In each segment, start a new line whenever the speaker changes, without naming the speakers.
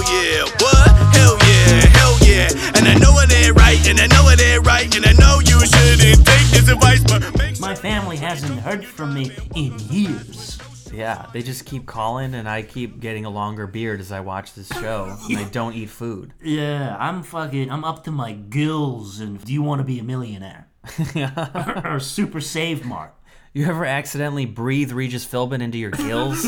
yeah, what? Hell yeah, hell yeah. And I know it ain't right, and I know it ain't right, and I know you shouldn't take this advice, but make
My family hasn't heard from me in years. Yeah, they just keep calling, and I keep getting a longer beard as I watch this show, and I don't eat food.
Yeah, I'm fucking. I'm up to my gills. And do you want to be a millionaire or super save mart?
You ever accidentally breathe Regis Philbin into your gills?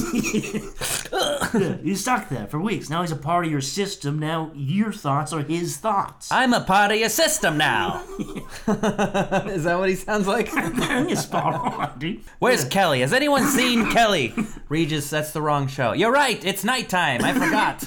He's stuck there for weeks. Now he's a part of your system. Now your thoughts are his thoughts.
I'm a part of your system now. Is that what he sounds like?
You're spot on, dude.
Where's Kelly? Has anyone seen Kelly? Regis, that's the wrong show. You're right. It's nighttime. I forgot.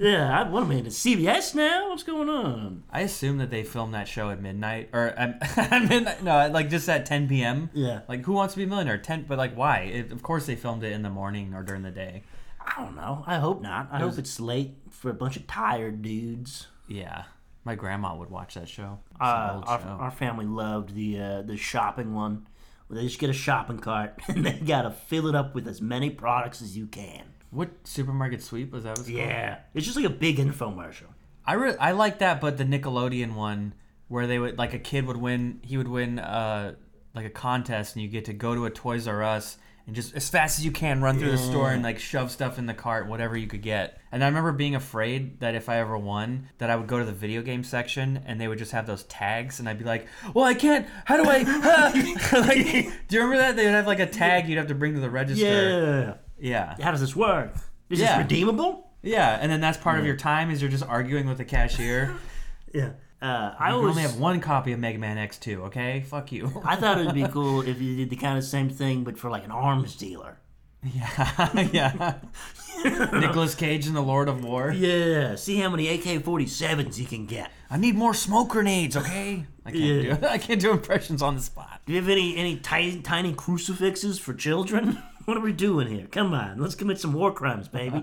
Yeah, I, what am I into CBS now? What's going on?
I assume that they filmed that show at midnight or at, at midnight. No, at, like just at 10 p.m.
Yeah.
Like Who Wants to Be a Millionaire? 10, but like why? It, of course they filmed it in the morning or during the day.
I don't know. I hope not. I hope it's late for a bunch of tired dudes.
Yeah. My grandma would watch that show. It's an
Uh,
old
our,
show.
our family loved the uh, the shopping one. Where they just get a shopping cart and they gotta fill it up with as many products as you can.
what supermarket sweep was that? Was
Yeah, it's just like a big infomercial.
I re- I like that, but the Nickelodeon one where they would like a kid would win, he would win uh like a contest, and you get to go to a Toys R Us and just as fast as you can run through the store and like shove stuff in the cart, whatever you could get. And I remember being afraid that if I ever won, that I would go to the video game section and they would just have those tags, and I'd be like, well, I can't. How do I? huh?" like, do you remember that they would have like a tag you'd have to bring to the register?
Yeah.
Yeah, yeah,
How does this work? Is
Yeah.
this redeemable?
And then that's part of your time is you're just arguing with the cashier.
Yeah. Uh, I
You
always.
only have one copy of Mega Man X2, okay? Fuck you.
I thought it'd be cool if you did the kind of same thing, but for like an arms dealer.
yeah, yeah. Nicolas Cage in The Lord of War.
Yeah. See how many AK-47s you can get.
I need more smoke grenades, okay? I can't
Yeah.
do I can't do impressions on the spot.
Do you have any any tiny, tiny crucifixes for children? What are we doing here? Come on, let's commit some war crimes, baby.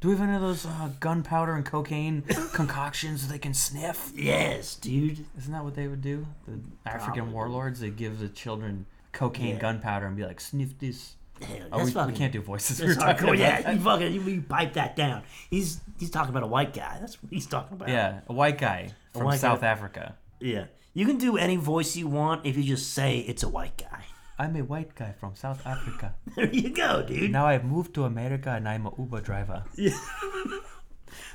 Do we have any of those uh, gunpowder and cocaine concoctions that they can sniff?
yes, dude.
Isn't that what they would do? The African warlords, they give the children cocaine gunpowder and be like, sniff this.
Hell,
Oh,
that's
we, we
fucking.
can't do voices. We
that's
were talking
hardcore.
about
yeah,
that.
you fucking you, you pipe that down. He's he's talking about a white guy. That's what he's talking about.
Yeah, a white guy from
white guy.
South Africa.
yeah. You can do any voice you want if you just say it's a white guy.
I'm a white guy from South Africa.
There you go, dude.
Now I've moved to America and I'm a Uber driver.
That's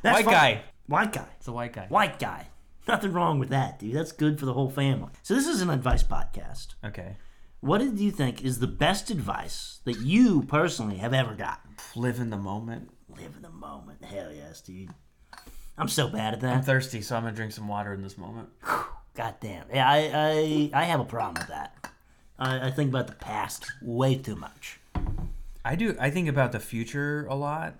White
fine.
guy.
White guy.
It's a white guy.
White guy. Nothing wrong with that, dude. That's good for the whole family. So this is an advice podcast.
Okay.
What did you think is the best advice that you personally have ever gotten?
Live in the moment.
Live in the moment. Hell yes, dude. I'm so bad at
I'm
that.
thirsty, so I'm gonna drink some water in this moment.
God damn. Yeah, I, I I have a problem with that. I, I think about the past way too much.
I do. I think about the future a lot.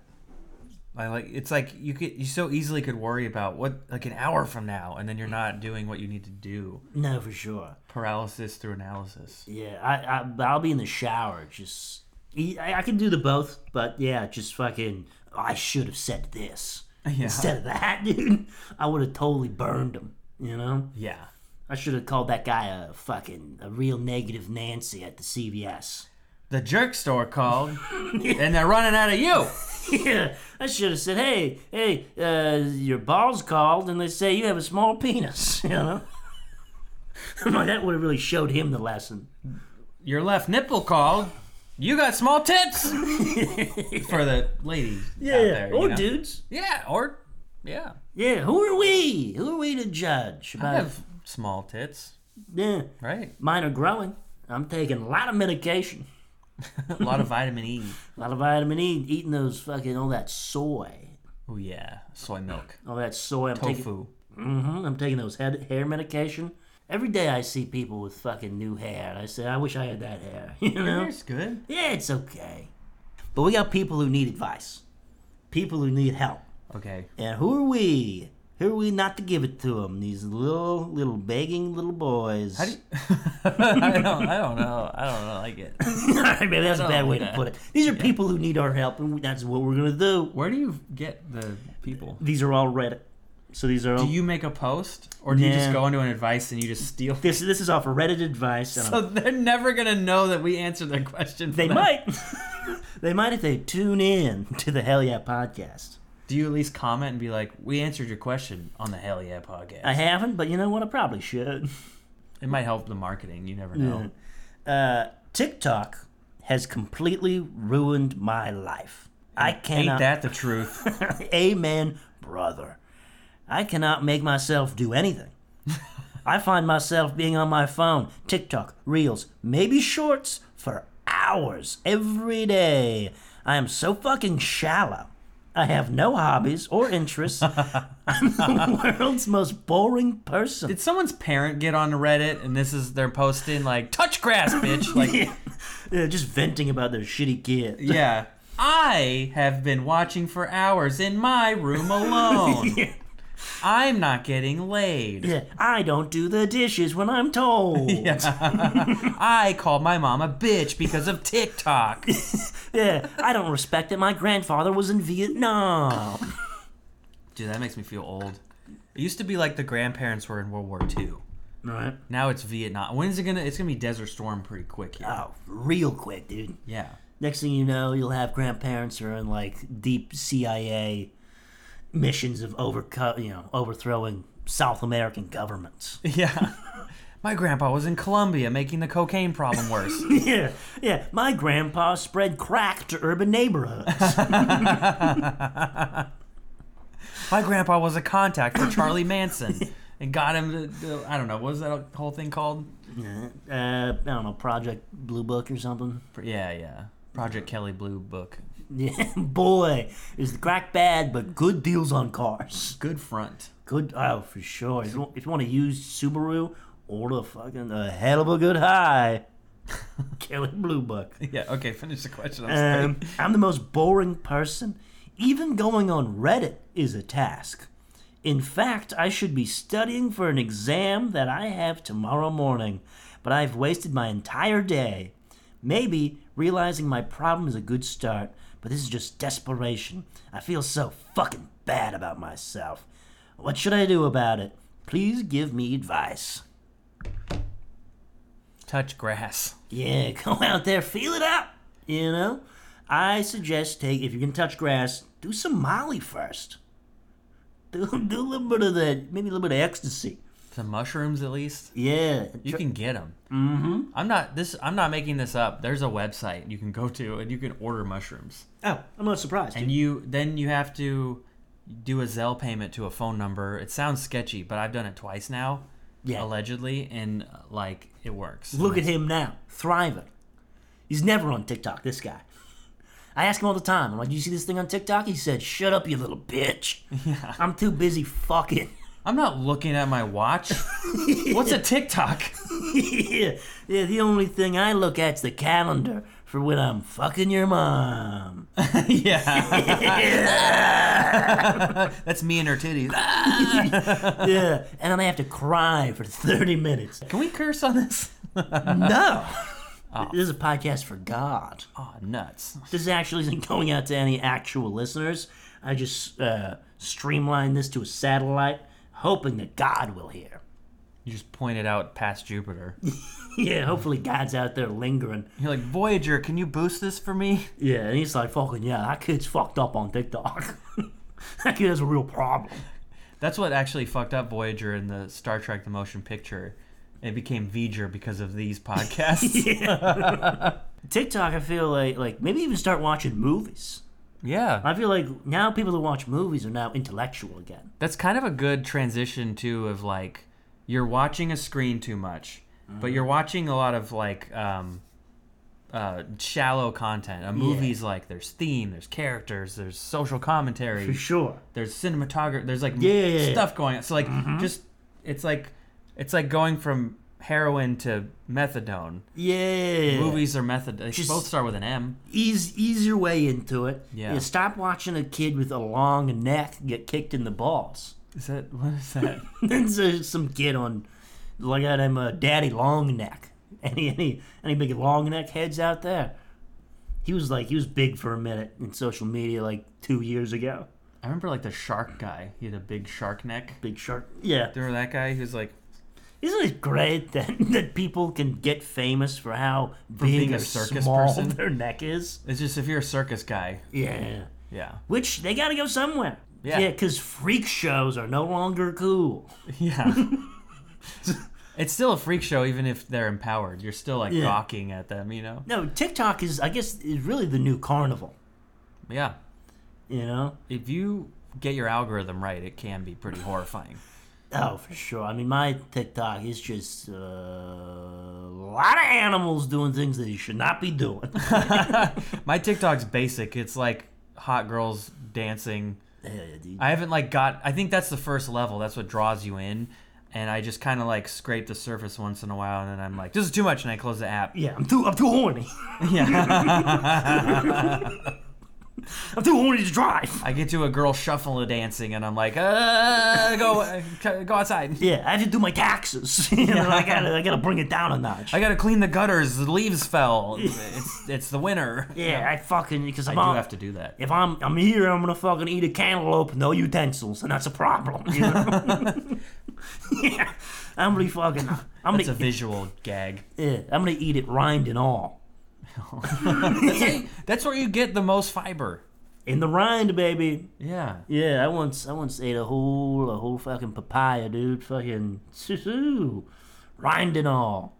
I like. It's like you could. You so easily could worry about what like an hour from now, and then you're not doing what you need to do.
No, for sure.
Paralysis through analysis.
Yeah, I, I I'll be in the shower. Just e, I, I can do the both, but yeah, just fucking. oh, I should have said this
Yeah.
instead of that, dude. I would have totally burned him. You know,
Yeah.
I should have called that guy a fucking a real negative Nancy at the CVS.
The jerk store called, and they're running out of you.
Yeah, I should have said, "Hey, hey, uh, your balls called, and they say you have a small penis." You know, that would have really showed him the lesson.
Your left nipple called. You got small tits for the ladies. Yeah. oh, Out there, you
or
know?
dudes.
Yeah. Or yeah.
Yeah, who are we? Who are we to judge?
I
About,
have small tits,
yeah,
right?
mine are growing. I'm taking a lot of medication,
A lot of vitamin E.
a lot of vitamin E, eating those fucking all that soy,
Oh yeah, soy milk,
all that soy. I'm taking,
tofu.
hmm I'm taking those head, hair medication. Every day I see people with fucking new hair, and I say, I wish I had that hair. You know.
That's good.
Yeah, it's okay. But we got people who need advice, people who need help.
Okay.
And who are we? Who are we not to give it to them? These little, little begging little boys. How
do you- I don't. I don't know. I don't know. like it.
Maybe that's a bad way to
Oh, yeah.
put it. These are people who need our help, and that's what we're gonna do.
Where do you get the people?
These are all Reddit. So these are all.
Do you make a post, or do you just
Nah.
go into an advice and you just steal?
this this is off of Reddit advice. And
So they're never gonna know that we answered their question. for
they
them.
might. they might if they tune in to the Hell Yeah podcast.
Do you at least comment and be like, "We answered your question on the Hell Yeah podcast"?
I haven't, but you know what? I probably should.
it might help the marketing. You never know.
Uh, TikTok has completely ruined my life. I
Ain't
cannot.
that the truth?
Amen, brother. I cannot make myself do anything. I find myself being on my phone, TikTok, Reels, maybe Shorts for hours every day. I am so fucking shallow. I have no hobbies or interests. I'm the world's most boring person.
Did someone's parent get on Reddit and this is they're posting like "touch grass, bitch"? Like, yeah.
Yeah, Uh, just venting about their shitty kid.
I have been watching for hours in my room alone.
Yeah.
I'm not getting laid.
Yeah, I don't do the dishes when I'm told.
I called my mom a bitch because of TikTok.
yeah, I don't respect that my grandfather was in Vietnam.
Dude, that makes me feel old. It used to be like the grandparents were in World War II.
Right.
Now it's Vietnam. When is it gonna? It's gonna be Desert Storm pretty quick here.
Oh, real quick, dude.
Yeah.
Next thing you know, you'll have grandparents who are in like deep CIA missions of overco- you know, overthrowing South American governments.
Yeah. My grandpa was in Colombia making the cocaine problem worse.
yeah, yeah. My grandpa spread crack to urban neighborhoods. Uh,
My grandpa was a contact for Charlie Manson and got him to, to- I don't know, what was that whole thing called?
uh, I don't know, Project Blue Book or something.
Yeah, yeah. Project Kelly Blue Book.
Yeah, boy, is the crack bad, but good deals on cars.
Good front.
Good, oh, for sure. If you, want- if you want to use Subaru, order a fucking a hell of a good high. Kelly Blue Book.
Yeah, okay, finish the question. I'm sorry.
Um, I'm the most boring person. Even going on Reddit is a task. In fact, I should be studying for an exam that I have tomorrow morning, but I've wasted my entire day. Maybe realizing my problem is a good start, but this is just desperation. I feel so fucking bad about myself. What should I do about it? Please give me advice.
Touch grass.
Yeah, go out there, feel it up. You know, I suggest take if you can touch grass, do some Molly first. Do, do a little bit of that, maybe a little bit of ecstasy.
The mushrooms at least.
Yeah,
You can get them. Mm-hmm. I'm not this. I'm not making this up. There's a website you can go to and you can order mushrooms.
Oh, I'm not surprised.
And you then you have to do a Zelle payment to a phone number. It sounds sketchy, but I've done it twice now,
Yeah.
allegedly, and like it works.
Look at him now, thriving. He's never on TikTok. This guy. I ask him all the time. I'm like, "You see this thing on TikTok?" He said, "Shut up, you little bitch. I'm too busy fucking."
I'm not looking at my watch. What's a TikTok?
yeah, yeah, the only thing I look at's the calendar for when I'm fucking your mom.
yeah, that's me and her titties. Ah,
yeah, and then I have to cry for 30 minutes.
Can we curse on this?
No. Ah. This is a podcast for God.
Oh, nuts.
This actually isn't going out to any actual listeners. I just uh, streamlined this to a satellite, hoping that God will hear.
You just pointed out past Jupiter.
Yeah, hopefully God's out there lingering.
You're like Voyager. Can you boost this for me?
Yeah, and he's like, fucking, yeah, that kid's fucked up on TikTok. that kid has a real problem.
That's what actually fucked up Voyager in the Star Trek the motion picture. It became V'ger because of these podcasts. yeah.
TikTok, I feel like, like maybe even start watching movies. I feel like now people who watch movies are now intellectual again.
That's kind of a good transition too of like you're watching a screen too much, but you're
Mm-hmm.
watching a lot of like um uh, shallow content. A movie's like there's theme, there's characters, there's social
For
commentary,
sure.
there's cinematography, there's like
Yeah, yeah, Mm-hmm. yeah.
stuff going on. So like just it's like it's like going from heroin to methadone.
Yeah.
Movies are method. They
Just-
both start with an M.
Ease, ease your way into it.
Yeah.
You stop watching a kid with a long neck get kicked in the balls.
Is that what is that?
There's uh, some kid on, like I am a daddy long neck. Any any any big long neck heads out there? He was like he was big for a minute in social media like two years ago.
I remember like the shark guy. He had a big shark neck.
Big shark. Yeah.
Do you remember that guy? He was like
Isn't it great that, that people can get famous for how big
being
or
a circus
small
person?
their neck is?
it's just if you're a circus guy.
Yeah.
Yeah.
Which they gotta go somewhere.
Yeah.
Yeah, because freak shows are no longer cool.
Yeah. it's still a freak show, even if they're empowered. You're still like
Yeah.
gawking at them, you know?
No, TikTok is, I guess, is really the new carnival.
Yeah.
You know?
If you get your algorithm right, it can be pretty horrifying.
Oh, for sure. I mean, my TikTok is just uh, a lot of animals doing things that you should not be doing.
My TikTok's basic. It's like hot girls dancing.
yeah, dude.
I haven't like got. I think that's the first level. That's what draws you in. And I just kind of like scrape the surface once in a while, and then I'm like, this is too much, and I close the app.
yeah, I'm too, I'm too horny.
Yeah.
I'm too horny to drive.
I get to a girl shuffle dancing, and I'm like, uh, go, go outside.
Yeah, I have to do my taxes. you know, I gotta, I gotta bring it down a notch.
I gotta clean the gutters. The leaves fell. It's it's the winter.
yeah, I fucking because
I
I'm
do
on-
have to do that.
If I'm, I'm here, I'm gonna fucking eat a cantaloupe, no utensils, and that's a problem. You know? yeah, I'm gonna be fucking. I'm
It's a
gonna,
visual gag.
yeah, I'm gonna eat it rind and all.
That's where you get the most fiber.
In the rind, baby.
Yeah.
Yeah, I once I once ate a whole a whole fucking papaya, dude. Fucking shoo, rind and all.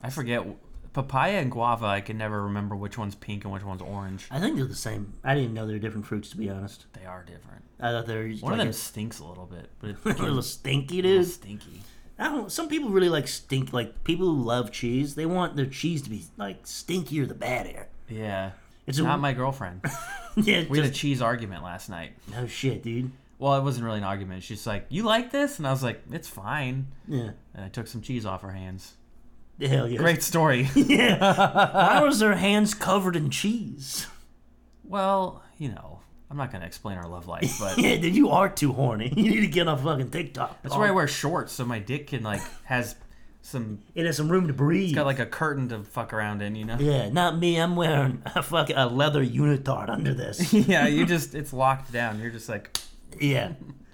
I forget papaya and guava. I can never remember which one's pink and which one's orange.
I think they're the same. I didn't know they were different fruits, to be honest.
They are different.
I thought they were just
One of
like
them
a
stinks a little bit, but
a little
it's
stinky, dude.
stinky.
I don't. Some people really like stink. Like people who love cheese, they want their cheese to be like stinkier the badder.
Yeah.
It's
Not my girlfriend.
yeah.
We had a
Just,
cheese argument last night.
oh shit, dude.
Well, it wasn't really an argument. She's like, "You like this?" And I was like, "It's fine."
Yeah.
And I took some cheese off her hands.
Hell yeah.
Great story.
Why was their hands covered in cheese?
Well, you know, I'm not gonna explain our love life, but
Yeah, dude, you are too horny. You need to get on fucking TikTok.
that's why I wear shorts so my dick can like has some
It has some room to breathe.
got like a curtain to fuck around in, you know?
yeah, not me. I'm wearing a fucking a leather unitard under this.
Yeah, you just it's locked down. You're just like
yeah.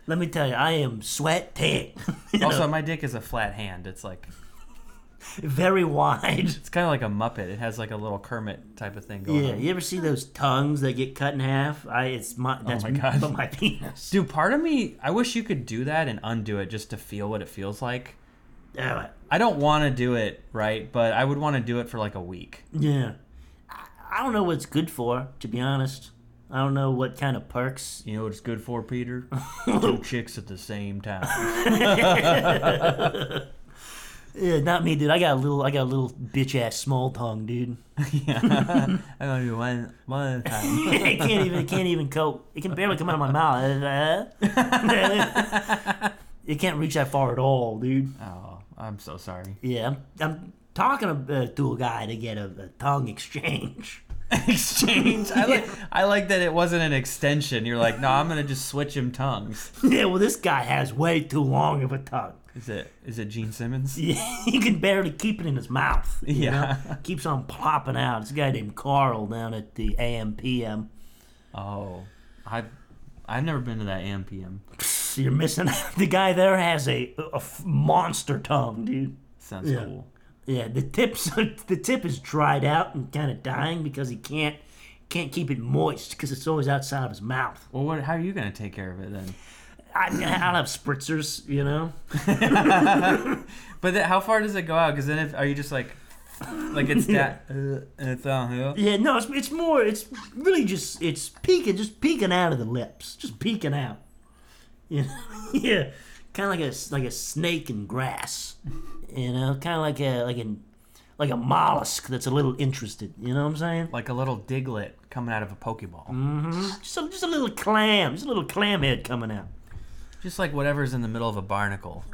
Let me tell you, I am sweat pig.
also my dick is a flat hand. It's like
Very wide.
it's kinda like a Muppet. It has like a little Kermit type of thing going
Yeah,
on.
you ever see those tongues that get cut in half? I it's my that's
Oh my God.
but my penis.
Dude, part of me I wish you could do that and undo it just to feel what it feels like.
Damn it.
I don't wanna do it, right? But I would wanna do it for like a week.
Yeah. I, I don't know what it's good for, to be honest. I don't know what kind of perks.
You know what it's good for, Peter? Two chicks at the same time.
Yeah, not me, dude. I got a little I got a little bitch ass small tongue, dude.
I don't do one one at a time.
it can't even it can't even cope. It can barely come out of my mouth. it can't reach that far at all, dude.
Oh, I'm so sorry.
Yeah, I'm, I'm talking uh, to a guy to get a, a tongue exchange.
Exchange. I like. I like that it wasn't an extension. You're like, no, I'm gonna just switch him tongues.
yeah, well, this guy has way too long of a tongue.
Is it? Is it Gene Simmons?
Yeah, he can barely keep it in his mouth. you
Yeah.
know? Keeps on plopping out. This guy named Carl down at the AMPM.
Oh, I. I've never been to that AMPM.
So you're missing out. The guy there has a, a f- monster tongue, dude.
Sounds
Yeah.
cool.
Yeah, the tips the tip is dried out and kind of dying because he can't can't keep it moist because it's always outside of his mouth.
Well, what? How are you gonna take care of it then?
I, I'll have spritzers, you know.
But then, how far does it go out? Because then, if are you just like, like it's that, uh, and it's downhill.
Yeah, no, it's, it's more. It's really just it's peeking, just peeking out of the lips, just peeking out. You know? yeah, kind of like a s- like a snake in grass. You know, kind of like a like an like a mollusk that's a little interested. You know what I'm saying?
Like a little diglet coming out of a pokeball.
Just a, just a little clam, just a little clam head coming out.
Just like whatever's in the middle of a barnacle.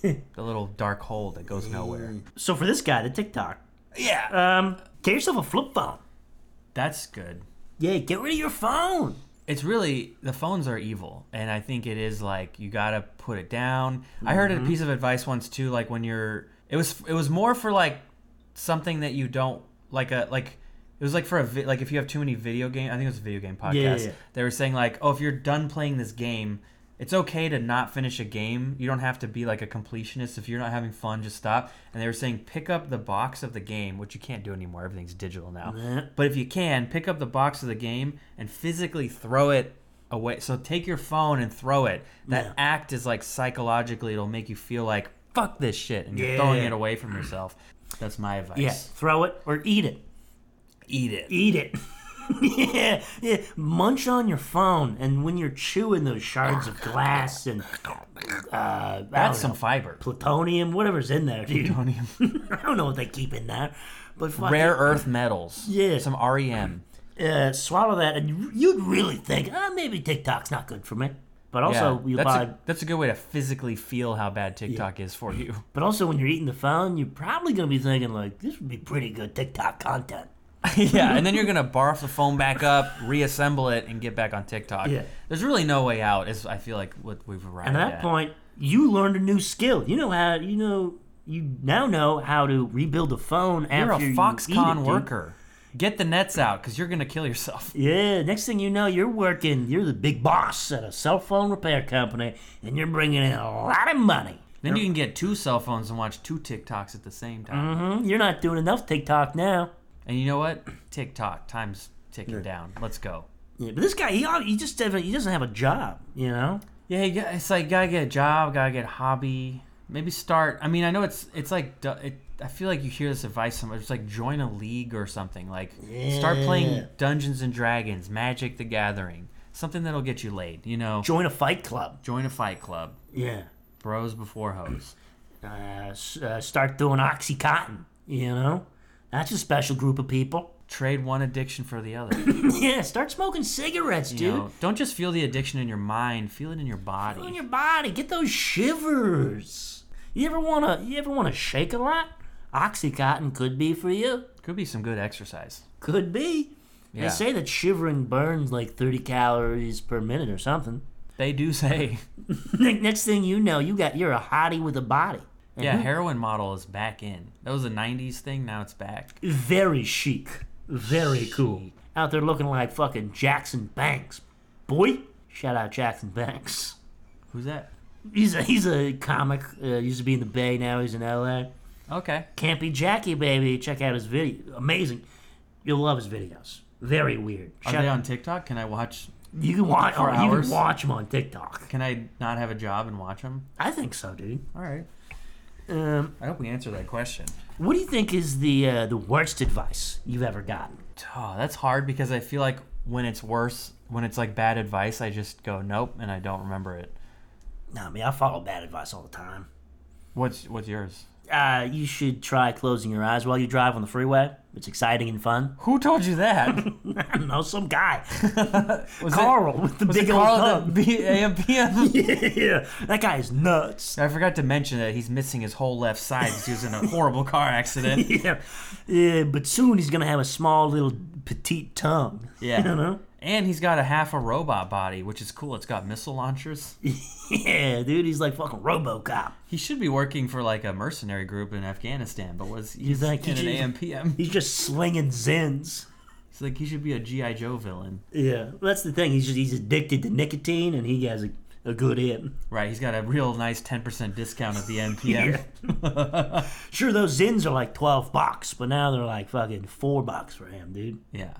the little dark hole that goes nowhere.
So for this guy, the TikTok,
Yeah.
um, get yourself a flip phone.
That's good.
Yeah, get rid of your phone.
it's really the phones are evil and i think it is like you gotta put it down i heard a piece of advice once too like when you're it was it was more for like something that you don't like a like it was like for a vi- like if you have too many video game i think it was a video game podcast
yeah, yeah.
they were saying like oh if you're done playing this game it's okay to not finish a game you don't have to be like a completionist if you're not having fun just stop and they were saying pick up the box of the game which you can't do anymore everything's digital now
Yeah.
but if you can, pick up the box of the game and physically throw it away. So take your phone and throw it. That
Yeah.
act is like psychologically, it'll make you feel like fuck this shit, and you're throwing
Yeah.
it away from yourself. That's my advice.
Yeah, throw it or eat it.
Eat it.
Eat it. yeah, yeah. Munch on your phone, and when you're chewing those shards of glass and uh,
That's
that's
some fiber.
plutonium, whatever's in there, dude.
Plutonium.
I don't know what they keep in there, but fuck
Rare earth metals.
Yeah.
Some E REM.
uh, swallow that, and you- you'd really think, ah, maybe TikTok's not good for me. But also,
Yeah,
you
that's,
probably,
a, that's a good way to physically feel how bad TikTok is for you.
but also when you're eating the phone, you're probably gonna be thinking like, this would be pretty good TikTok content.
yeah, and then you're gonna barf the phone back up, reassemble it, and get back on TikTok.
Yeah.
There's really no way out. Is I feel like what we've arrived
And at that point, you learned a new skill. You know how you know you now know how to rebuild a phone
you're a
after you eat it,
Foxconn
dude.
worker. Get the nets out because you're gonna kill yourself.
Yeah, next thing you know, you're working. You're the big boss at a cell phone repair company, and you're bringing in a lot of money.
Then you can get two cell phones and watch two TikToks at the same time.
Hmm, You're not doing enough TikTok now.
And you know what? TikTok time's ticking down. Let's go.
Yeah, but this guy, he al- he just doesn't- he doesn't have a job. You know.
Yeah, you got- it's like gotta get a job, gotta get a hobby. Maybe start. I mean, I know it's it's like du- it, I feel like you hear this advice somewhere. It's like join a league or something. Like start
Yeah.
playing Dungeons and Dragons, Magic the Gathering, something that'll get you laid. You know,
Join a fight club.
join a fight club,
Yeah.
bros before hoes.
Uh, s- uh, start doing OxyContin. You know. That's a special group of people.
Trade one addiction for the other.
Yeah, start smoking cigarettes,
You
dude.
know, don't just feel the addiction in your mind. Feel it in your
Feel in
body.
your body. Get those shivers. You ever wanna you ever wanna shake a lot? Oxycontin could be for you.
Could be some good exercise.
Could be. They
Yeah.
say that shivering burns like 30 calories per minute or something.
They do say,
Ne- Next thing you know, you got you're a hottie with a body. Mm-hmm.
yeah, heroin model is back in. That was a '90s thing. Now it's back.
Very chic. Very cool. Out there looking like fucking Jackson Banks. Boy, shout out Jackson Banks.
Who's that?
He's a, he's a comic. Uh, used to be in the Bay, now he's in LA.
Okay.
Campy Jackie, baby. Check out his video. Amazing. You'll love his videos. Very weird.
Are
Shout-
they on TikTok? Can I watch?
you can watch.
for
oh, you
hours?
can watch him on TikTok.
Can I not have a job and watch them?
I think so, dude.
All right.
Um,
I hope we answered that question.
what do you think is the uh, the worst advice you've ever gotten?
Oh, that's hard because I feel like when it's worse, when it's like bad advice, I just go nope and I don't remember it.
Nah, man, I follow bad advice all the time.
What's what's yours?
Uh, you should try closing your eyes while you drive on the freeway. It's exciting and fun.
Who told you that?
I don't know, some guy,
Was it-
Carl, with the
was it
big old
Carl
thumb.
that B- AM, PM?
yeah, that guy is nuts.
I forgot to mention that he's missing his whole left side because he was in a horrible car accident.
Yeah, yeah, Uh, but soon he's gonna have a small little petite tongue.
Yeah.
you know.
And he's got a half a robot body, which is cool. It's got missile launchers.
Yeah, dude, he's like fucking RoboCop.
He should be working for like a mercenary group in Afghanistan, but was he's
think he
in an
should-
AMPM?
He's just slinging zins.
It's like he should be a GI Joe villain,
Yeah, that's the thing. He's just he's addicted to nicotine, and he has a, a good in.
right? He's got a real nice ten percent discount at the NPM.
Sure, those zins are like twelve bucks, but now they're like fucking four bucks for him, dude.
yeah,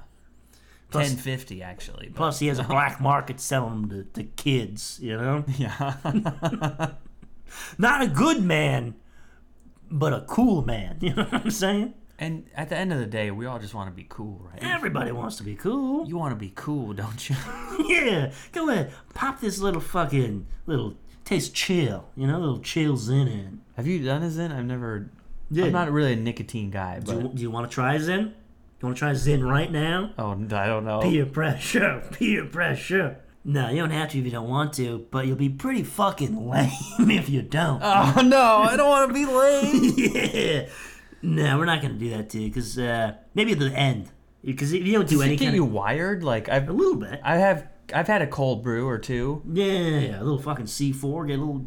Plus-
ten fifty actually. But,
Plus, he has a black market selling them to, to kids. You know,
yeah,
not a good man, but a cool man. You know what I'm saying?
and at the end of the day, we all just want to be cool, right?
Everybody wants to be cool.
You want to be cool, don't you?
Yeah, go ahead, pop this little fucking little taste chill. You know, little chill zin in.
Have you done a Zen? I've never.
Yeah.
I'm not really a nicotine guy,
Do you,
but
do you want to try Zen? You want to try Zen right now?
oh, I don't know.
Peer pressure, peer pressure. No, you don't have to if you don't want to, but you'll be pretty fucking lame if you don't.
Oh no, I don't want to be lame.
yeah. No, we're not gonna do that to you, because uh, maybe at the end, because if you don't do
Does
any
it get
kind
you
of
wired? Like
a
I've,
little bit,
I have, I've had a cold brew or two.
yeah, yeah, yeah, a little fucking C four, get a little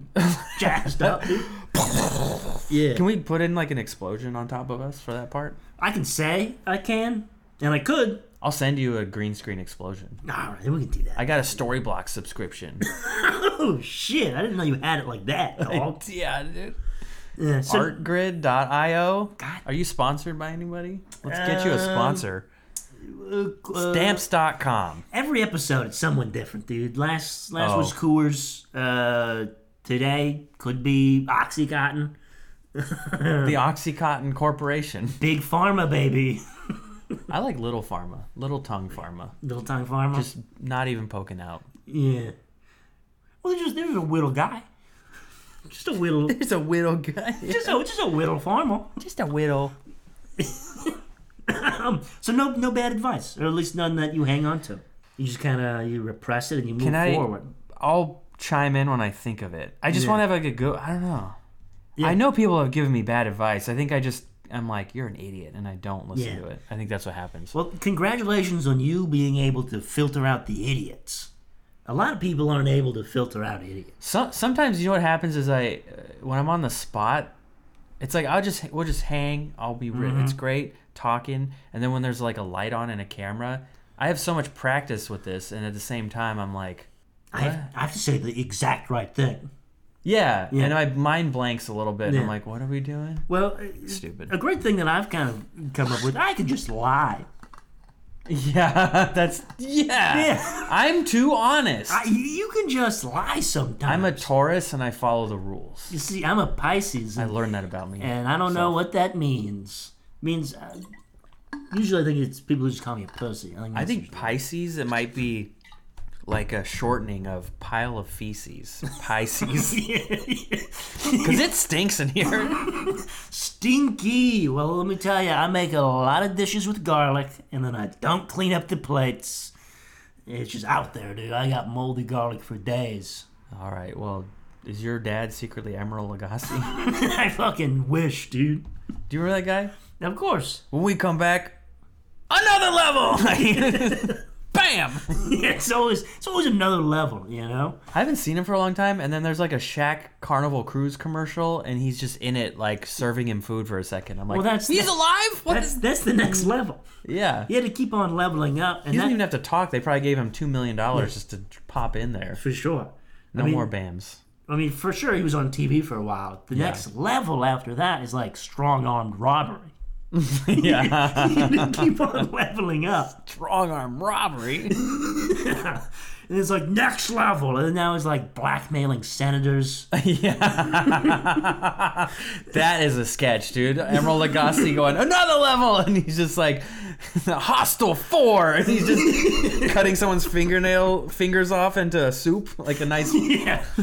jazzed up. dude. yeah,
Can we put in like an explosion on top of us for that part?
I can say I can, and I could.
I'll send you a green screen explosion.
All right, we can do that.
I got a Storyblock subscription.
oh shit, I didn't know you had it like that. Dog.
yeah, dude.
Yeah, so-
Artgrid.io.
God.
Are you sponsored by anybody? Let's get you a
Um,
sponsor.
uh, uh,
Stamps.com.
Every episode, it's someone different, dude. Last last
Oh.
was Coors. Uh, today could be OxyContin.
The OxyContin Corporation.
Big Pharma, baby.
I like Little Pharma. Little Tongue Pharma.
Little Time Pharma.
Just not even poking out.
yeah. Well, they're just they're just a whittle guy. Just a whittle.
There's a widow guy.
just a just a whittle farmer.
Just a widow.
So no no bad advice, or at least none that you hang on to. You just kind of you repress it and you move
Can I-
forward.
I'll chime in when I think of it. I just
Yeah.
want to have like a good. I don't know. I know people have given me bad advice. I think I just I'm like you're an idiot, and I don't listen
Yeah.
to it. I think that's what happens.
Well, congratulations on you being able to filter out the idiots. A lot of people aren't able to filter out idiots.
So, sometimes you know what happens is I uh, when I'm on the spot, it's like I'll just we'll just hang. I'll be ri it's
Mm-hmm.
great talking, and then when there's like a light on and a camera, I have so much practice with this, and at the same time I'm like.
I have, I have to say the exact right thing.
Yeah, and my mind blanks a little bit. And I'm
Yeah.
like, what are we doing?
Well, uh,
Stupid.
a great thing that I've kind of come up with, I can just lie.
Yeah, that's yeah.
Yeah.
I'm too honest.
I, you can just lie sometimes.
I'm a Taurus and I follow the rules.
You see, I'm a Pisces,
I
and,
learned that about me.
and I don't know what that means. means uh, usually I think it's people who just call me a pussy. I think,
I
that's
think
usually-
Pisces, it might be like a shortening of pile of feces. Pisces. Because it stinks in here.
Stinky. Well, let me tell you, I make a lot of dishes with garlic, and then I don't clean up the plates. It's just out there, dude. I got moldy garlic for days.
All right, well, is your dad secretly Emeril Lagasse?
I fucking wish, dude.
Do you remember that guy?
Of course.
When we come back, another level! Bam!
It's always it's always another level, you know.
I haven't seen him for a long time, and then there's like a Shack Carnival Cruise commercial, and he's just in it, like serving him food for a second. I'm like,
Well, that's-
he's alive. What
That's
is?
that's the next level.
Yeah,
You had to keep on leveling up, and
he doesn't
that
even have to talk. They probably gave him two million dollars just to pop in there.
for sure.
No
I mean,
more bams.
I mean, for sure, he was on TV for a while. The next level after that is like strong armed robbery.
yeah,
you didn't keep on leveling up.
strong arm robbery.
And it's like next level. And now it's like blackmailing senators.
yeah, that is a sketch, dude. Emerald Lagasse going another level, and he's just like hostile four, and he's just cutting someone's fingernail fingers off into soup, like a nice
yeah.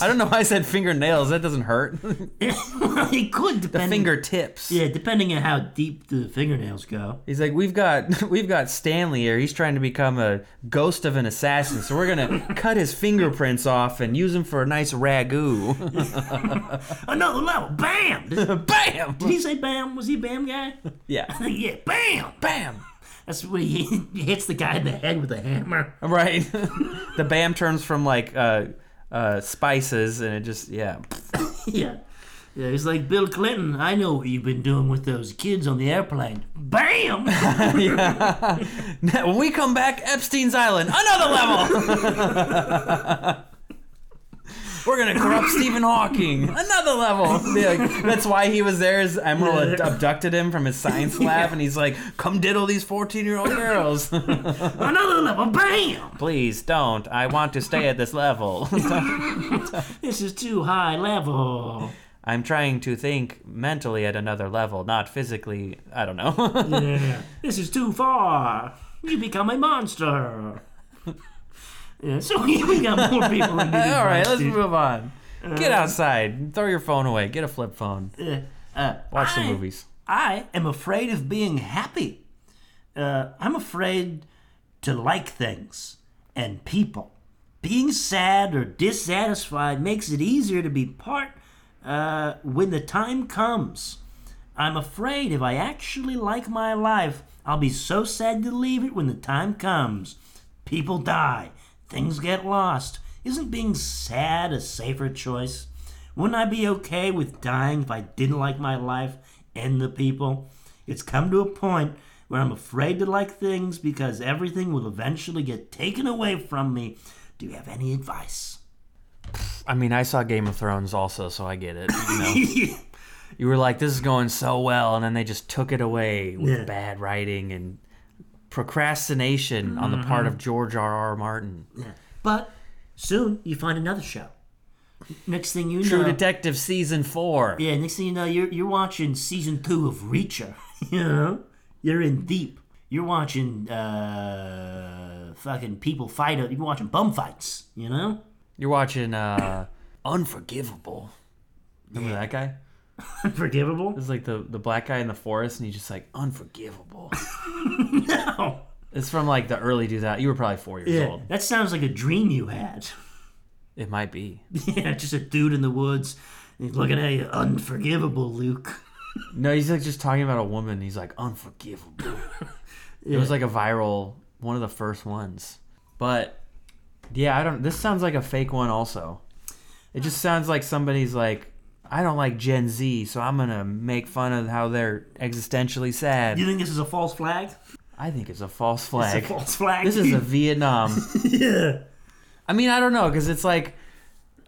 I don't know why I said fingernails. That doesn't hurt.
it could depend.
Fingertips.
Yeah, depending on how deep the fingernails go.
He's like, we've got we've got Stanley here. He's trying to become a ghost of an assassin. So we're gonna cut his fingerprints off and use them for a nice ragu.
Another level. Bam! Did
bam.
he say bam? Was he a bam guy?
Yeah.
yeah, bam!
Bam.
That's when he he hits the guy in the head with a hammer.
Right. the bam turns from like uh, uh, spices, and it just yeah.
Yeah. Yeah, he's like Bill Clinton. I know what you've been doing with those kids on the airplane. Bam!
yeah. Now, when we come back, Epstein's Island, another level. We're gonna corrupt Stephen Hawking, another level. They're like- that's why he was there. Is Emerald
Yeah.
abducted him from his science lab, and he's like, "Come diddle these fourteen-year-old girls,
Another level. Bam!
please don't. I want to stay at this level.
This is too high level.
I'm trying to think mentally at another level, not physically. I don't know.
Yeah. This is too far. You become a monster. Yeah, so we we got more people in need
All right, let's move on. Get outside. Throw your phone away. Get a flip phone.
Uh,
Watch
I-
some movies.
I am afraid of being happy. Uh, I'm afraid to like things and people. Being sad or dissatisfied makes it easier to be part uh, when the time comes. I'm afraid if I actually like my life, I'll be so sad to leave it when the time comes. People die, things get lost. Isn't being sad a safer choice? Wouldn't I be okay with dying if I didn't like my life and the people? It's come to a point where I'm afraid to like things because everything will eventually get taken away from me. Do you have any advice?
I mean, I saw Game of Thrones also, so I get it. You, know? you were like, "This is going so well," and then they just took it away with
Yeah.
bad writing and procrastination on the part of
Mm-hmm.
George R. R. Martin.
But soon you find another show. Next thing you
True
know,
Detective season four.
yeah. Next thing you know, you're you're watching season two of Reacher. you know, you're in deep. You're watching uh, fucking people fight. You're watching bum fights. You know.
You're watching uh, Unforgivable. Remember that guy?
Unforgivable?
It's like the the black guy in the forest, and he's just like Unforgivable.
No.
it's from like the early 2000s. You were probably four years
Yeah,
old.
that sounds like a dream you had.
It might be.
yeah, just a dude in the woods. He's looking at you. Unforgivable, Luke.
No, he's like just talking about a woman. He's like Unforgivable. It was like a viral one of the first ones, but yeah, I don't. This sounds like a fake one. Also, it just sounds like somebody's like. I don't like Gen Z, so I'm gonna make fun of how they're existentially sad.
You think this is a false flag?
I think it's a false
It's a
flag.
false flag.
This is a Vietnam.
yeah.
I mean, I don't know because it's like,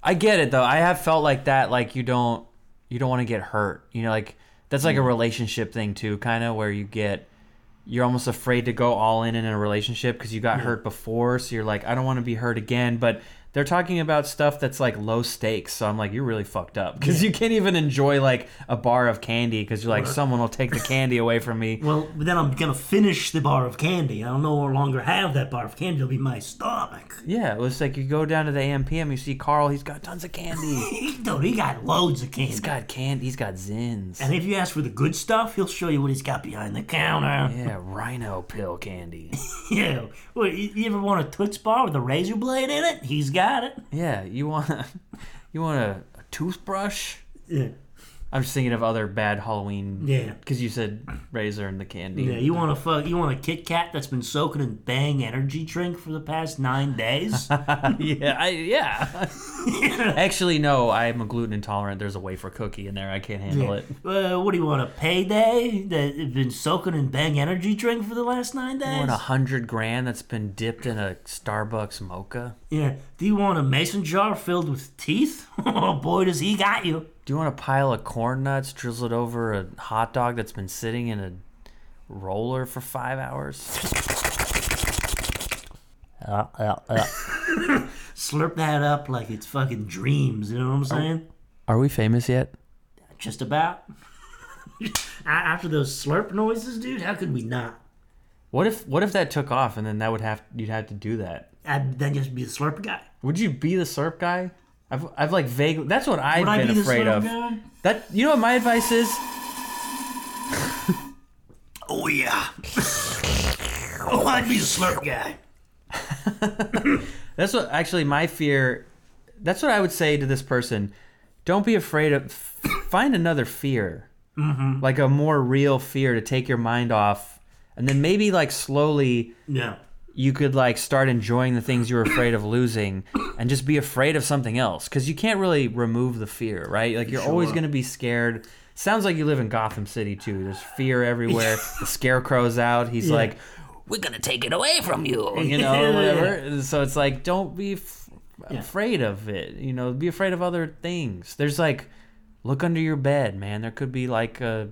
I get it though. I have felt like that. Like you don't, you don't want to get hurt. You know, like that's like a relationship thing too, kind of where you get, you're almost afraid to go all in in a relationship because you got hurt before. So you're like, I don't want to be hurt again. But they're talking about stuff that's like low stakes. So I'm like, you're really fucked up because you can't even enjoy like a bar of candy because you're like, someone will take the candy away from me.
Well, but then I'm gonna finish the bar of candy. I'll no longer have that bar of candy. It'll be my stomach.
Yeah, it was like you go down to the AMPM, you see Carl, he's got tons of candy.
Dude, he got loads of candy.
He's got candy, he's got zins.
and if you ask for the good stuff, he'll show you what he's got behind the counter.
Yeah, rhino pill candy.
Yeah. Well, you, you ever want a Toots bar with a razor blade in it? He's got it.
yeah, you want a, you want a, a toothbrush?
Yeah.
I'm just thinking of other bad Halloween.
Yeah.
Because you said razor and the candy.
Yeah, you want a fuck? You want a Kit Kat that's been soaking in Bang energy drink for the past nine days?
yeah, I, yeah. Actually, no, I'm a gluten intolerant. There's a wafer cookie in there. I can't handle it.
uh, what do you want? A payday that has been soaking in Bang energy drink for the last nine days?
You want a hundred grand that's been dipped in a Starbucks mocha?
Yeah. Do you want a mason jar filled with teeth? oh boy, does he got you.
Do you want a pile of corn nuts drizzled over a hot dog that's been sitting in a roller for five hours?
Slurp that up like it's fucking dreams. You know what I'm saying?
Are we famous yet?
Just about. A- After those slurp noises, dude, how could we not?
What if what if that took off and then that would have you'd have to do that?
I'd then just be the slurp guy.
Would you be the SERP guy? I've I've like vaguely that's what I've
Would I
been
be the
afraid
slurp
of.
guy?
That you know what my advice is?
Oh yeah. oh, I'd be the slurp guy.
That's what actually my fear that's what I would say to this person. Don't be afraid of find another fear. Mm-hmm. Like a more real fear to take your mind off and then maybe like slowly
No.
you could like start enjoying the things you were afraid of losing and just be afraid of something else because you can't really remove the fear right like you're always going to be scared sounds like you live in gotham city too there's fear everywhere the scarecrow's out he's like
We're gonna take it away from you.
you know whatever And so it's like don't be f- afraid of it you know be afraid of other things there's like look under your bed man there could be like a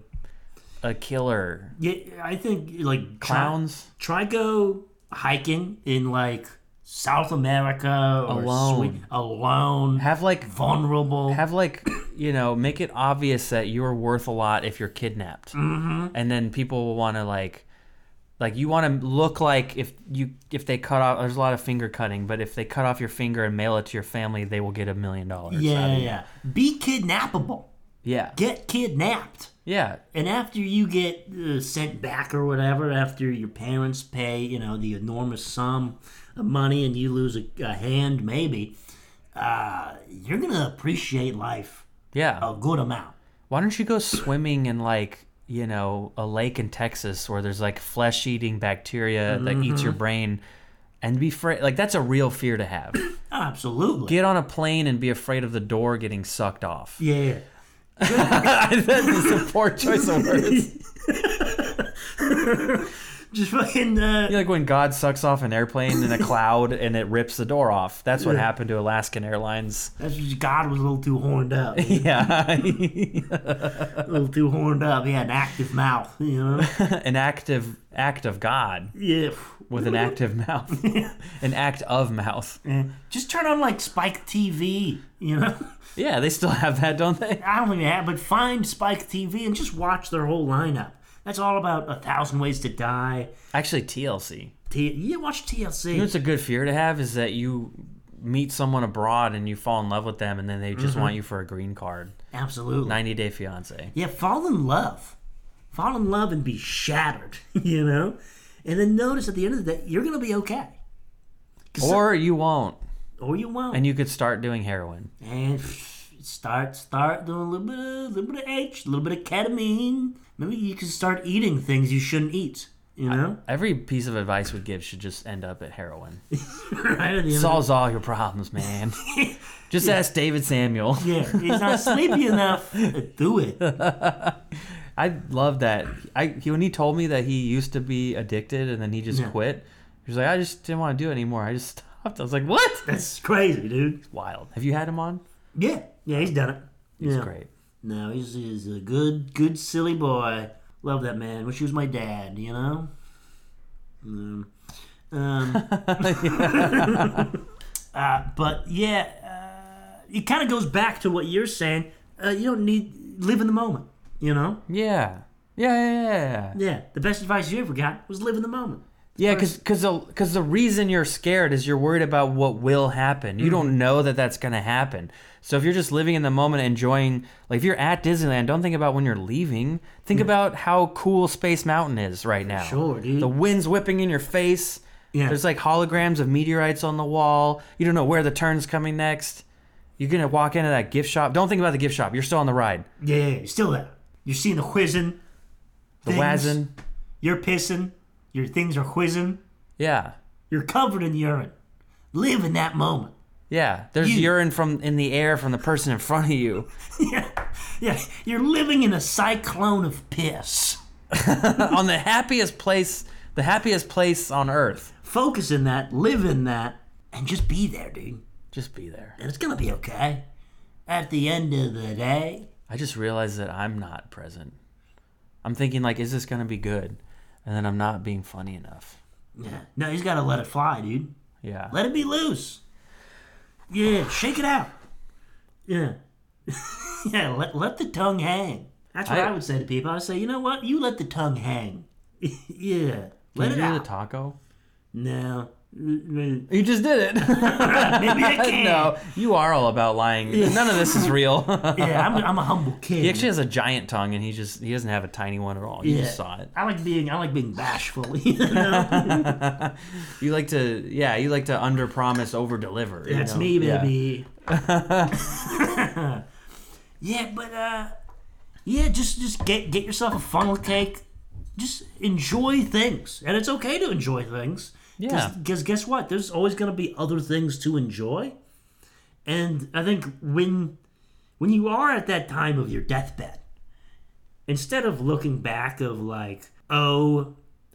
a killer
Yeah, I think like try-
clowns
Try go hiking in like South America or
Alone.
Swe- alone.
have like
vulnerable.
have like you know make it obvious that you're worth a lot if you're kidnapped mm-hmm. and then people will want to like like you want to look like if you if they cut off there's a lot of finger cutting but if they cut off your finger and mail it to your family they will get a million dollars
Yeah,
out
yeah,
of you.
yeah. Be kidnappable.
yeah
Get kidnapped.
yeah
And after you get uh, sent back or whatever, after your parents pay, you know, the enormous sum of money and you lose a, a hand, maybe, uh, you're going to appreciate life
yeah
a good amount.
why don't you go swimming in like you know a lake in texas where there's like flesh-eating bacteria that eats your brain and be afraid like that's a real fear to have
Absolutely.
get on a plane and be afraid of the door getting sucked off
yeah.
that is a poor choice of words.
Just fucking. Uh,
You know, like when God sucks off an airplane in a cloud and it rips the door off. That's what happened to Alaskan Airlines.
That's just God was a little too horned up. a
Yeah,
little too horned up. He had an active mouth, you know?
an active act of God
Yeah.
with an active mouth, an act of mouth.
Eh. Just turn on like Spike TV, you know?
Yeah, they still have that, don't they?
I don't even have, but find Spike TV and just watch their whole lineup. That's all about A Thousand Ways to Die.
Actually, TLC.
T- yeah, watch
You know
TLC.
what's a good fear to have is that you meet someone abroad and you fall in love with them and then they just want you for a green card.
Absolutely.
90 Day Fiance.
Yeah, fall in love. Fall in love and be shattered, you know? And then notice at the end of the day, you're going to be okay. 'Cause-
Or you won't.
or you won't.
And you could start doing heroin.
And start start doing a little bit of little bit of H, a little bit of ketamine. Maybe you can start eating things you shouldn't eat. You know,
Every piece of advice we give should just end up at heroin.
right at the end. Of
Solves all your problems, man. just ask David Samuel.
the, yeah, he's not sleepy enough. Do it.
I love that. I he, when he told me that he used to be addicted and then he just
Yeah.
quit. He was like, I just didn't want to do it anymore. I just stopped. I was like, what?
That's crazy, dude.
Wild. Have you had him on?
Yeah, yeah, he's done it.
He's
yeah.
great.
No, he's, he's a good, good silly boy. Love that man. Wish he was my dad. You know. Mm. Um, uh, but yeah, uh, it kind of goes back to what you're saying. Uh, you don't need live in the moment. You know.
Yeah. Yeah, yeah, yeah, yeah.
Yeah. The best advice you ever got was live in the moment.
Yeah, because the, 'cause the reason you're scared is you're worried about what will happen. You
Mm-hmm.
don't know that that's going to happen. So if you're just living in the moment, enjoying, like if you're at Disneyland, don't think about when you're leaving. Think about how cool Space Mountain is right now.
Mm. Sure, dude.
The wind's whipping in your face.
Yeah.
There's like holograms of meteorites on the wall. You don't know where the turn's coming next. You're going to walk into that gift shop. Don't think about the gift shop. You're still on the ride.
Yeah, yeah, you're still there. You're seeing the whizzing.
The
Things-
Wazzin.
You're pissing. Your things are whizzing.
Yeah.
You're covered in urine. Live in that moment.
Yeah. There's
You-
urine from in the air from the person in front of you.
Yeah, yeah. You're living in a cyclone of piss.
on the happiest place, the happiest place on earth.
Focus in that, live in that, and just be there, dude.
Just be there.
And it's gonna be okay. At the end of the day,
I just realized that I'm not present. I'm thinking like, is this gonna be good? And then I'm not being funny enough.
yeah. No, he's gotta let it fly, dude.
Yeah.
Let it be loose. Yeah, shake it out. Yeah. yeah, let, let the tongue hang. That's what I,
I-
would say to people. I would say, you know what? You let the tongue hang. yeah.
Can
Let
you
it
do
out.
the taco?
no. Mm, Maybe
You just did it.
I can.
no, you are all about lying. None of this is real.
Yeah, I'm, I'm a humble kid.
he actually has a giant tongue, and he just he doesn't have a tiny one at all. You
Yeah.
just saw it.
I like being I like being bashful. You know?
You like to yeah, you like to under promise, over deliver.
That's me, baby. Yeah. but uh, yeah, just just get get yourself a funnel cake. Just enjoy things, and it's okay to enjoy things.
Yeah.
Because guess what? There's always gonna be other things to enjoy, and I think when when you are at that time of your deathbed, instead of looking back of like, oh,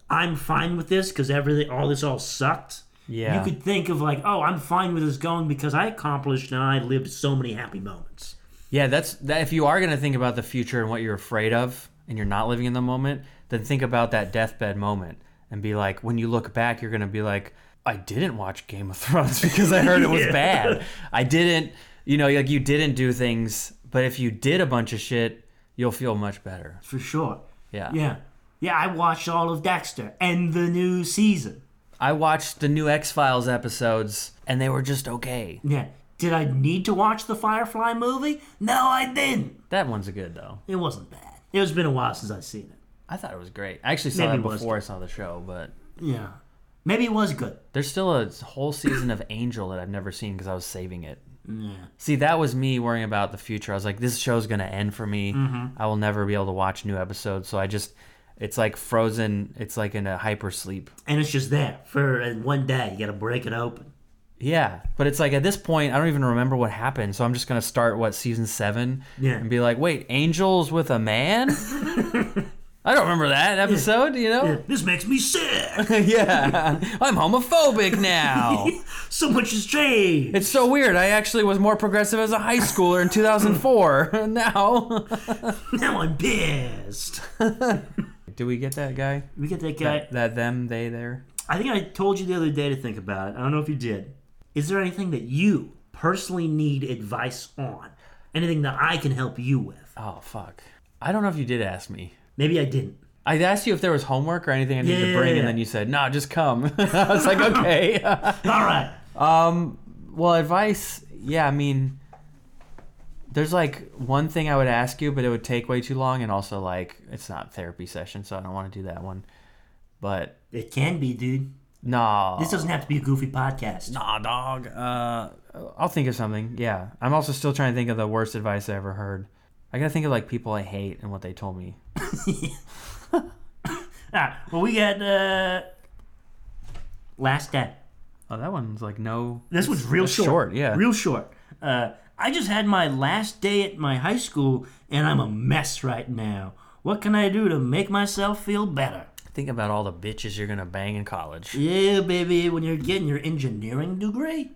I'm fine with this because everything, all this all sucked.
Yeah.
You could think of like, oh, I'm fine with this going because I accomplished and I lived so many happy moments.
Yeah, that's that. If you are going to think about the future and what you're afraid of, and you're not living in the moment, then think about that deathbed moment and be like, when you look back, you're going to be like, I didn't watch Game of Thrones because I heard it was bad. I didn't, you know, like you didn't do things, but if you did a bunch of shit, you'll feel much better.
For sure.
Yeah.
Yeah. Yeah, I watched all of Dexter and the new season.
I watched the new X Files episodes, and they were just okay.
Yeah. Did I need to watch the Firefly movie? No, I didn't.
That one's good though.
It wasn't bad. It's been a while since I've seen it.
I thought it was great. I actually saw
Maybe
that
it was
before I saw the show, but
Yeah. Maybe it was good.
There's still a whole season of Angel that I've never seen because I was saving it.
Yeah.
See, that was me worrying about the future. I was like, this show's going to end for me.
Mm-hmm.
I will never be able to watch new episodes. So I just, it's like frozen. It's like in a hyper sleep.
And it's just there for uh, one day. You got to break it open.
Yeah. But it's like at this point, I don't even remember what happened. So I'm just going to start, what, season seven?
Yeah.
And be like, wait, Angel's with a man? I don't remember that episode, you know?
This makes me sick.
yeah. I'm homophobic now.
so much has changed.
It's so weird. I actually was more progressive as a high schooler in 2004. now.
Now I'm pissed.
Do we get that guy?
We get that guy.
That, that them, they, there?
I think I told you the other day to think about it. I don't know if you did. Is there anything that you personally need advice on? Anything that I can help you with?
Oh, fuck. I don't know if you did ask me.
Maybe I didn't.
I asked you if there was homework or anything I needed to
Yeah,
bring,
yeah, yeah.
and then you said, nah, just come. I was like, okay.
All right.
Well, advice, yeah, I mean, there's like one thing I would ask you, but it would take way too long, and also like it's not therapy session, so I don't want to do that one. But
It can be, dude.
nah,
This doesn't have to be a goofy podcast.
nah, dog. Uh, I'll think of something. Yeah, I'm also still trying to think of the worst advice I ever heard. I gotta think of like people I hate and what they told me.
All right. Well, we got uh, last day.
Oh, that one's like no.
This one's real
it's
short.
short, yeah.
Real short. Uh, I just had my last day at my high school, and I'm a mess right now. What can I do to make myself feel better?
Think about all the bitches you're gonna bang in college.
Yeah, baby, when you're getting your engineering degree,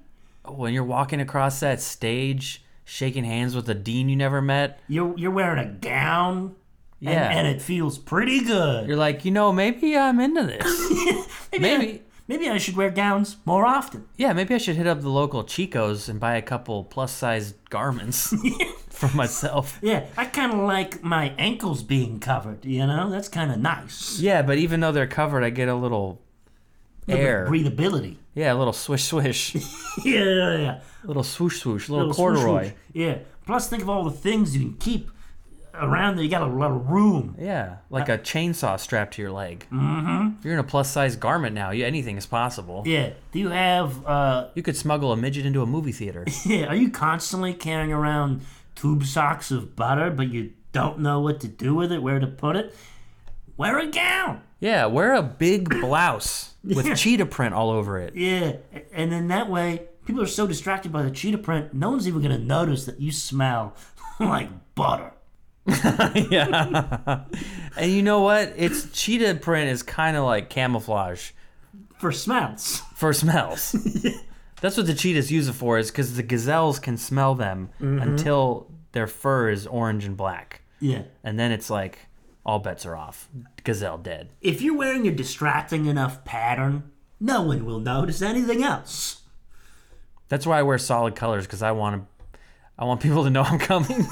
When you're walking across that stage, shaking hands with the dean you never met.
you're you're wearing a gown, and,
Yeah.
and it feels pretty good.
You're like, you know, maybe I'm into this. maybe,
Maybe I should wear gowns more often.
yeah, maybe I should hit up the local Chico's and buy a couple plus size garments for myself.
Yeah, I kind of like my ankles being covered. You know, that's kind of nice.
Yeah, but even though they're covered, I get a little air.
breathability.
Yeah, a little swish swish,
Yeah, yeah, yeah.
little swoosh swoosh, little,
Little swoosh,
corduroy.
swoosh. Yeah. Plus, think of all the things you can keep around there. You got a lot of room.
Yeah, like a chainsaw strapped to your leg. Mm-hmm. You're in a plus size garment now. You, anything is possible.
Yeah. Do you have? Uh,
You could smuggle a midget into a movie theater.
yeah. Are you constantly carrying around tube socks of butter, but you don't know what to do with it, where to put it? Wear a gown.
yeah, wear a big blouse with
Yeah.
cheetah print all over it.
Yeah. a- And then that way, people are so distracted by the cheetah print, no one's even gonna notice that you smell like butter.
yeah. and you know what? It's cheetah print is kind of like camouflage
For smells.
for smells. That's what the cheetahs use it for, is because the gazelles can smell them
Mm-hmm.
until their fur is orange and black,
Yeah.
and then it's like all bets are off. Gazelle dead.
If you're wearing a distracting enough pattern, no one will notice anything else.
That's why I wear solid colors because I want to. I want people to know I'm coming.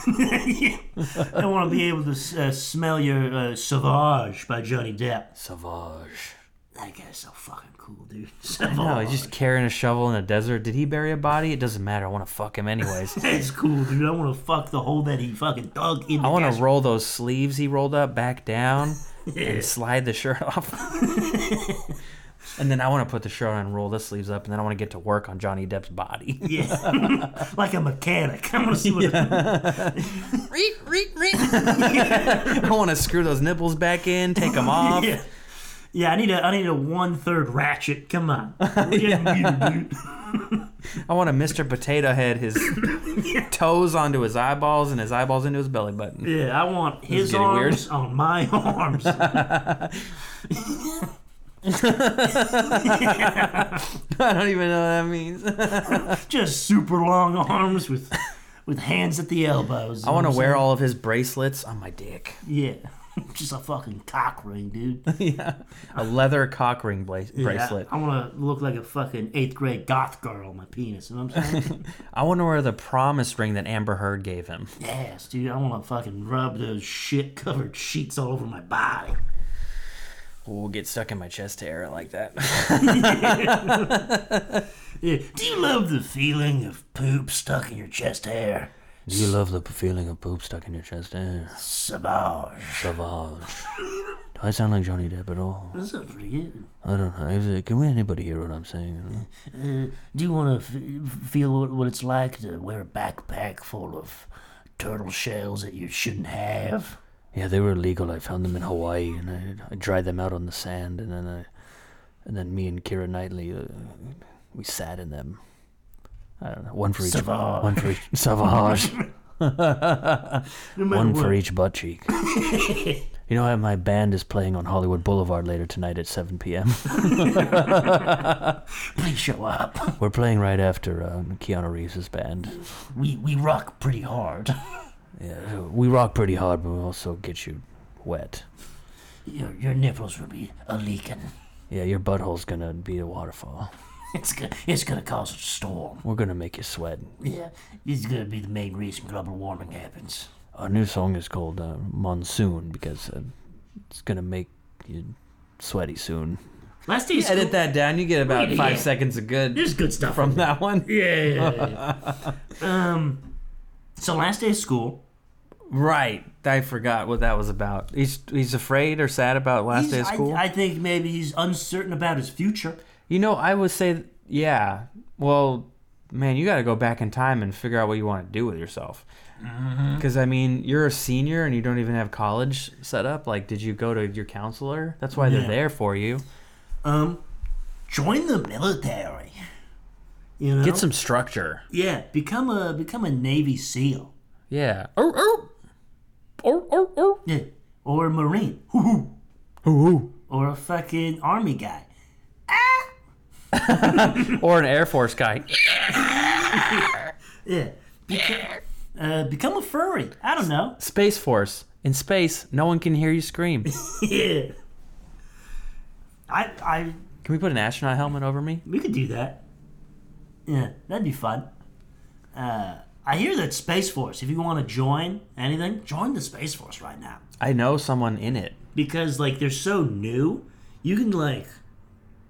I want to be able to uh, smell your uh, Sauvage by Johnny Depp.
Savage.
That guy's so fucking cool, dude.
No,
Sauvage.
he's just carrying a shovel in the desert. Did he bury a body? It doesn't matter. I want to fuck him anyways.
That's cool, dude. I want to fuck the hole that he fucking dug in.
I want to
to
roll those sleeves he rolled up back down and slide the shirt off. and then I want to put the shirt on and roll the sleeves up, and then I want to get to work on Johnny Depp's body.
Yeah. like a mechanic. I want to see what.
I want to screw those nipples back in, take them off.
Yeah. Yeah, I need a I need a one third ratchet. Come on, We're getting weird, dude.
I want to Mr. Potato Head his toes onto his eyeballs and his eyeballs into his belly button.
Yeah, I want his
getting weird.
arms on my arms.
I don't even know what that means. I
Just super long arms with with hands at the elbows. I
want to wear all of his bracelets on my dick.
Yeah, just a fucking cock ring, dude.
A leather cock ring bla- bracelet.
I, want to look like a fucking eighth grade goth girl on my penis. You know what I'm saying?
I want to wear the promise ring that Amber Heard gave him.
yes, dude. I want to fucking rub those shit covered sheets all over my body.
will get stuck in my chest hair like that.
Yeah. Do you love the feeling of poop stuck in your chest hair?
Do you love the feeling of poop stuck in your chest hair?
Savage.
Savage. Do I sound like Johnny Depp at all?
That's not pretty good.
I don't know. Is it- can we anybody hear what I'm saying?
Uh, do you want to f- feel what, what it's like to wear a backpack full of turtle shells that you shouldn't have?
Yeah, they were illegal. I found them in Hawaii, and I, I dried them out on the sand, and then I, and then me and Kira Knightley, uh, we sat in them. I don't know. One for each.
Savage.
One for each. Savage.
No matter
one
what.
for each butt cheek.
You know, my band is playing on Hollywood Boulevard later tonight at 7 p.m.
Please show up.
We're playing right after uh,
um,
Keanu Reeves' band.
We we rock pretty hard.
Yeah, we rock pretty hard, but we also get you wet.
Your, your nipples will be a leaking.
Yeah, your butthole's gonna be a waterfall.
It's gonna it's gonna cause a storm.
We're gonna make you sweat.
Yeah, this is gonna be the main reason global warming happens.
Our new song is called uh, Monsoon because uh, it's gonna make you sweaty soon.
Last day's
Edit that down. You get about
Yeah.
five seconds of good
There's good stuff
from
that.
that one.
Yeah. yeah, yeah, yeah. um. So last day of school,
Right. I forgot what that was about. He's he's afraid or sad about last
he's-
day of school.
I, I think maybe he's uncertain about his future.
you know, I would say, yeah. Well, man, you got to go back in time and figure out what you want to do with yourself. Because I mean, you're a senior and you don't even have college set up. Like, did you go to your counselor? That's why
Yeah.
they're there for you.
Um, join the military. You know,
Get some structure.
yeah, become a become a Navy SEAL.
Yeah. Oh, oh. Oh, oh, oh.
Yeah, or a Marine. Hoo hoo. Or a fucking Army guy.
Or an Air Force guy.
Yeah. Beca- uh, become a furry. I don't know.
Space Force. In space, no one can hear you scream.
yeah. I I
Can we put an astronaut helmet over me?
we could do that. Yeah, that'd be fun. Uh, I hear that Space Force. If you want to join anything, join the Space Force right now.
I know someone in it.
because like they're so new, you can like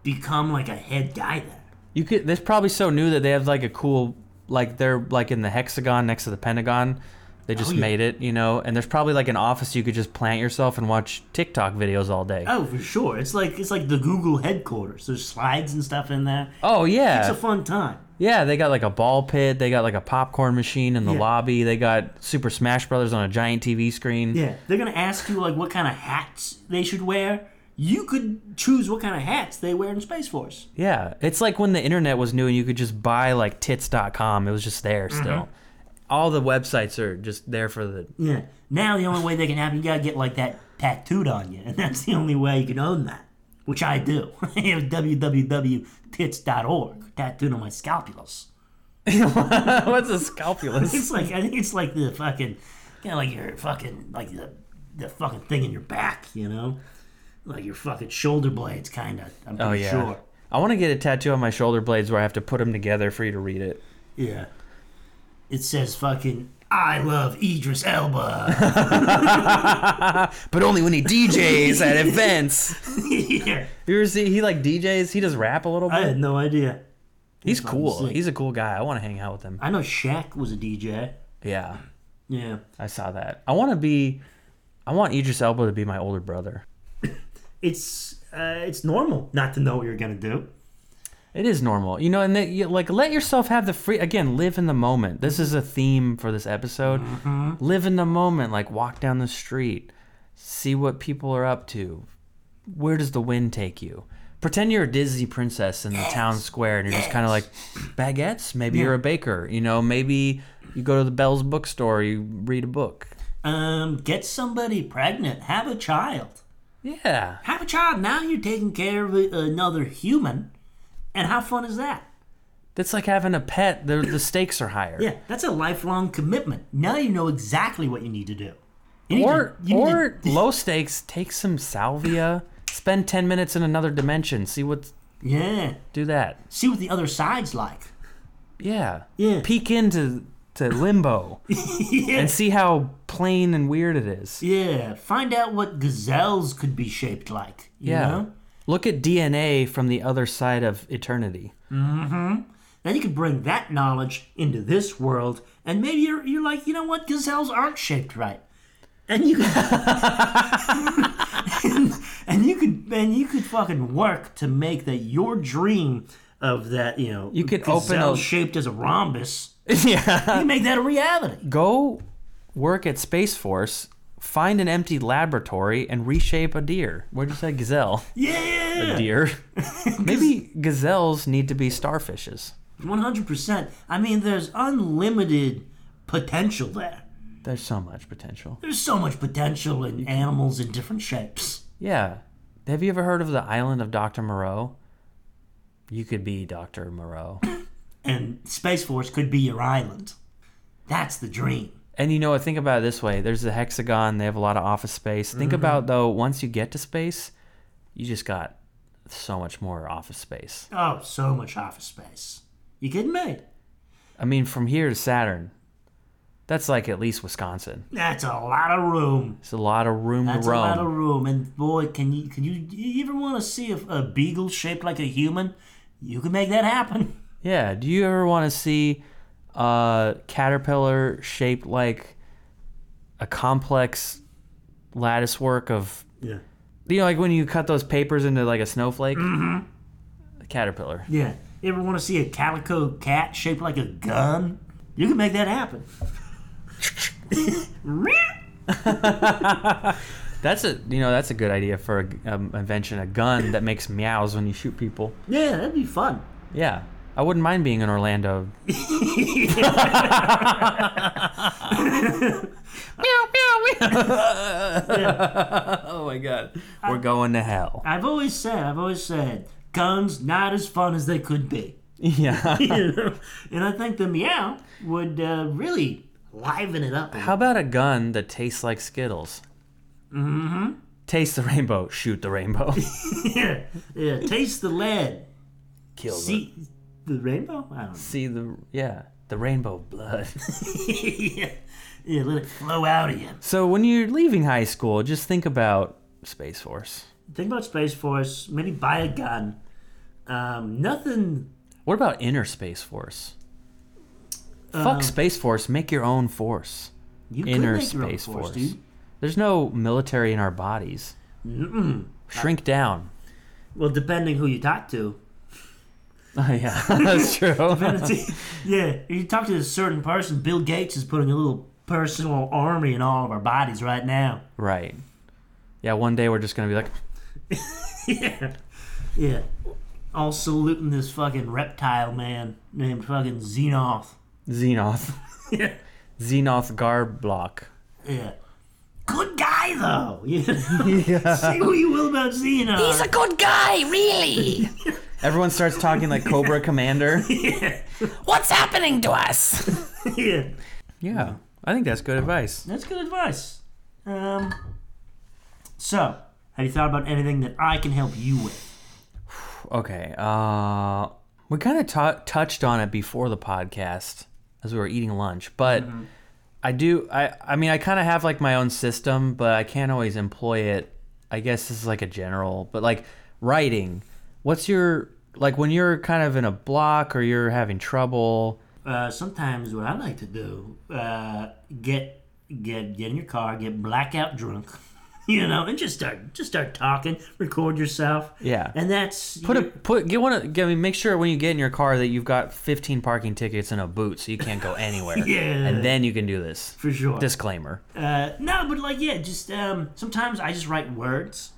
become like a head guy there.
You could. They're probably so new that they have like a cool, like they're like in the hexagon next to the Pentagon. They just
Oh, yeah.
made it, you know. And there's probably like an office you could just plant yourself and watch TikTok videos all day.
Oh, for sure. It's like it's like the Google headquarters. There's slides and stuff in there.
oh
It's a
yeah,
fun time.
yeah. They got like a ball pit. They got like a popcorn machine in the
Yeah.
lobby. They got Super Smash Brothers on a giant TV screen.
Yeah, they're gonna ask you like what kind of hats they should wear. You could choose what kind of hats they wear in Space Force.
Yeah, it's like when the internet was new and you could just buy like tits.com. It was just there
Mm-hmm.
still. All the websites are just there for the.
Yeah. Now the only way they can happen, you gotta get like that tattooed on you, and that's the only way you can own that. Which I do. I have www.tits.org tattooed on my scalpulus.
What's a scalpulus?
It's like I think it's like the fucking kind of like your fucking like the the fucking thing in your back, you know, like your fucking shoulder blades, kind of. I'm pretty
Oh yeah.
sure.
I want to get a tattoo on my shoulder blades where I have to put them together for you to read it.
Yeah. It says fucking I love Idris Elba.
But only when he DJs at events.
yeah.
You ever see he like DJs? He does rap a little
I
bit.
had no idea.
He's cool.
sick.
He's a cool guy. I want to hang out with him.
I know Shaq was a DJ.
Yeah,
Yeah.
I saw that. I want to be. I want Idris Elba to be my older brother.
It's uh, it's normal not to know what you're gonna do.
It is normal, you know, and that you, like let yourself have the free again. Live in the moment. This is a theme for this episode. Live in the moment. Like walk down the street, see what people are up to. Where does the wind take you? Pretend you're a Disney princess in the town square, and you're just kind of like baguettes. Maybe you're a baker. You know, maybe you go to the Bell's bookstore. You read a book.
Um, get somebody pregnant, have a child.
Yeah,
have a child now you're taking care of a- another human and how fun is that
that's like having a pet. The the stakes are higher.
yeah that's a lifelong commitment now you know exactly what you need to do you need to,
Or
you need
or
to-
low stakes, take some salvia, spend ten minutes in another dimension, see what
yeah
do that.
see what the other side's like
Yeah.
Yeah.
Peek into to limbo and see how plain and weird it is.
yeah find out what gazelles could be shaped like you
Yeah.
know?
Look at DNA from the other side of eternity.
then you can bring that knowledge into this world and maybe you're, you're like you know what gazelles aren't shaped right and you could, and you could and you could fucking work to make that your dream of that you know
You could open
gazelle
a- Uh,
shaped as a rhombus you
yeah.
can make that a reality
Go work at Space Force, find an empty laboratory and reshape a deer. Where'd you say gazelle?
yeah
Deer. Maybe gazelles need to be starfishes.
100% i mean there's unlimited potential there
There's so much potential.
There's so much potential in animals in different shapes.
Yeah. Have you ever heard of the island of Dr. Moreau? You could be Dr. Moreau.
And Space Force could be your island. That's the dream.
And you know what? Think about it this way: there's the hexagon. They have a lot of office space.
Mm-hmm.
Think about though, once you get to space, you just got so much more office space.
Oh, so much office space. You kidding me?
I mean, from here to Saturn, that's like at least Wisconsin.
That's a lot of room.
It's a lot of room
That's
to
a
roam.
lot of room. And boy, can you can you, you ever want to see if a beagle shaped like a human? You can make that happen.
Yeah. Do you ever want to see a caterpillar shaped like a complex lattice work of
Yeah.
you know, like when you cut those papers into like a snowflake? A caterpillar.
Yeah. You ever want to see a calico cat shaped like a gun? You can make that happen.
That's a you know that's a good idea for a, um, invention a gun that makes meows when you shoot people.
Yeah, that'd be fun.
Yeah, I wouldn't mind being in Orlando. meow meow meow. oh my god, we're going to hell.
I've always said, I've always said, guns not as fun as they could be.
Yeah.
You know? and I think the meow would uh, really liven it up.
How about a gun that tastes like Skittles? Mm-hmm. Taste the rainbow, shoot the rainbow.
yeah, yeah. Taste the lead.
Kill the-
See the rainbow? I don't know.
see the yeah the rainbow of blood.
yeah. yeah, let it flow out of you.
so when you're leaving high school, just think about Space Force.
Think about Space Force. Maybe buy a gun. Um, nothing.
What about inner Space Force? Fuck Space Force. Make your own force.
You could
Inner
make your own
Space Force.
dude.
There's no military in our bodies. Shrink down.
Well, depending who you talk to.
Oh, yeah, that's true.
yeah, if you talk to a certain person, Bill Gates is putting a little personal army in all of our bodies right now.
right. Yeah, one day we're just gonna be like,
yeah. Yeah. All saluting this fucking reptile man named fucking Xenoth.
Xenoth.
Yeah.
Xenoth Garblock.
Yeah. Good guy though. You know? Say what you will about Xenoth.
He's a good guy, really.
Everyone starts talking like Cobra Commander.
What's happening to us?
yeah.
Yeah, I think that's good advice.
That's good advice. Um So, have you thought about anything that I can help you with?
Okay, uh, we kind of t- touched on it before the podcast as we were eating lunch, but
Mm-hmm.
I do. I I mean, I kind of have like my own system, but I can't always employ it. I guess this is like a general, but like writing. What's your like when you're kind of in a block or you're having trouble?
Uh, sometimes what I like to do, uh, get get get in your car, get blackout drunk, you know, and just start just start talking, record yourself.
Yeah.
And that's
Put a
your-
put get one. of- Get, I mean, make sure when you get in your car that you've got 15 parking tickets and a boot, so you can't go anywhere.
Yeah.
and then you can do this.
for sure.
Disclaimer.
Uh, no, but like yeah, just um, sometimes I just write words,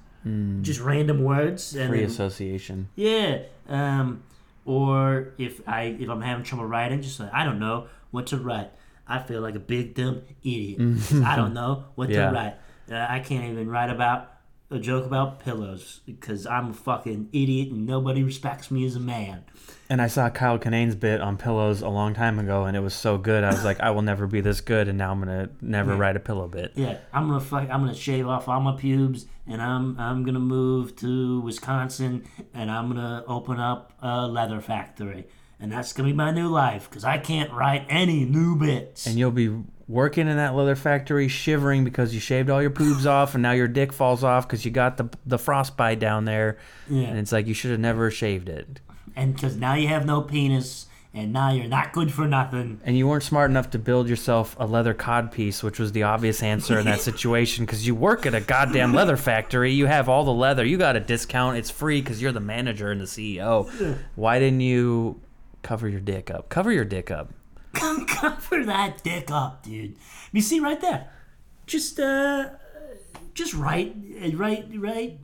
just random words, and
Hmm. Free
then-
association.
yeah. Um, or if I if I'm having trouble writing, just like I don't know what to write. I feel like a big dumb idiot. 'cause I don't know what
Yeah.
to write. Uh, I can't even write about a joke about pillows because I'm a fucking idiot and nobody respects me as a man.
And I saw Kyle Kinane's bit on pillows a long time ago, and it was so good. I was like, I will never be this good, and now I'm gonna never write a pillow bit.
Yeah, I'm gonna fuck, I'm gonna shave off all my pubes, and I'm I'm gonna move to Wisconsin, and I'm gonna open up a leather factory, and that's gonna be my new life because I can't write any new bits.
And you'll be working in that leather factory, shivering because you shaved all your pubes off, and now your dick falls off because you got the the frostbite down there. And
yeah,
it's like you should have never shaved it,
and because now you have no penis, and now you're not good for nothing.
and you weren't smart enough to build yourself a leather codpiece, which was the obvious answer in that situation because you work at a goddamn leather factory. You have all the leather. You got a discount. It's free because you're the manager and the CEO. Why didn't you cover your dick up? Cover your dick up.
Cover that dick up, dude. You see right there, just uh, just write, uh, write, write,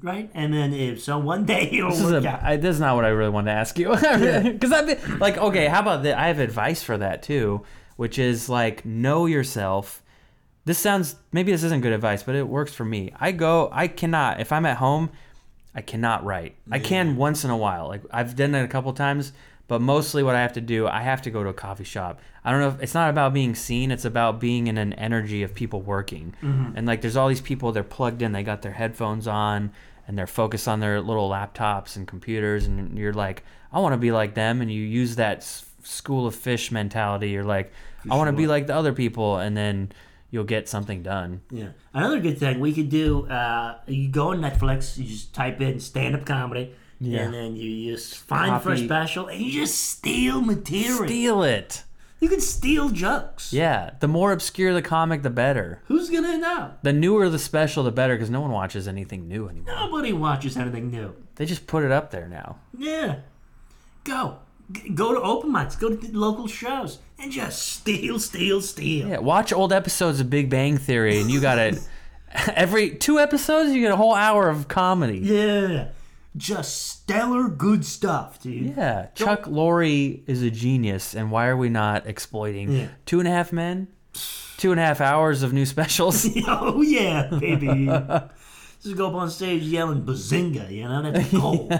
write, and then if so, one day it'll
This is,
work
a,
out.
I, this is not what I really wanted to ask you. Because I've been like, okay, how about that? I have advice for that too. which is like know yourself. This sounds maybe this isn't good advice, but it works for me. I go, I cannot if I'm at home, I cannot write. I can once in a while. Like I've done it a couple times, but mostly what I have to do, I have to go to a coffee shop. I don't know if it's not about being seen, it's about being in an energy of people working. And like there's all these people, they're plugged in, they got their headphones on and they're focused on their little laptops and computers and you're like, I want to be like them and you use that s- school of fish mentality. You're like, I want to be like the other people and then you'll get something done.
Yeah. Another good thing we could do, uh, you go on Netflix, you just type in stand up comedy, and then you just find for a
Copy.
special and you just steal material.
Steal it.
you can steal jokes.
Yeah, the more obscure the comic, the better.
Who's going to know?
The newer the special, the better, because no one watches anything new anymore.
Nobody watches anything new.
They just put it up there now.
Yeah. Go. G- go to open mics, go to the local shows, and just steal, steal, steal.
Yeah, watch old episodes of Big Bang Theory, and you got it. Every two episodes, you get a whole hour of comedy.
Yeah. Just stellar good stuff, dude.
Yeah, Chuck Lorre is a genius, and why are we not exploiting
Yeah.
two and a half men, two and a half hours of new specials?
Oh yeah, baby. Just go up on stage yelling bazinga, you know, that's gold.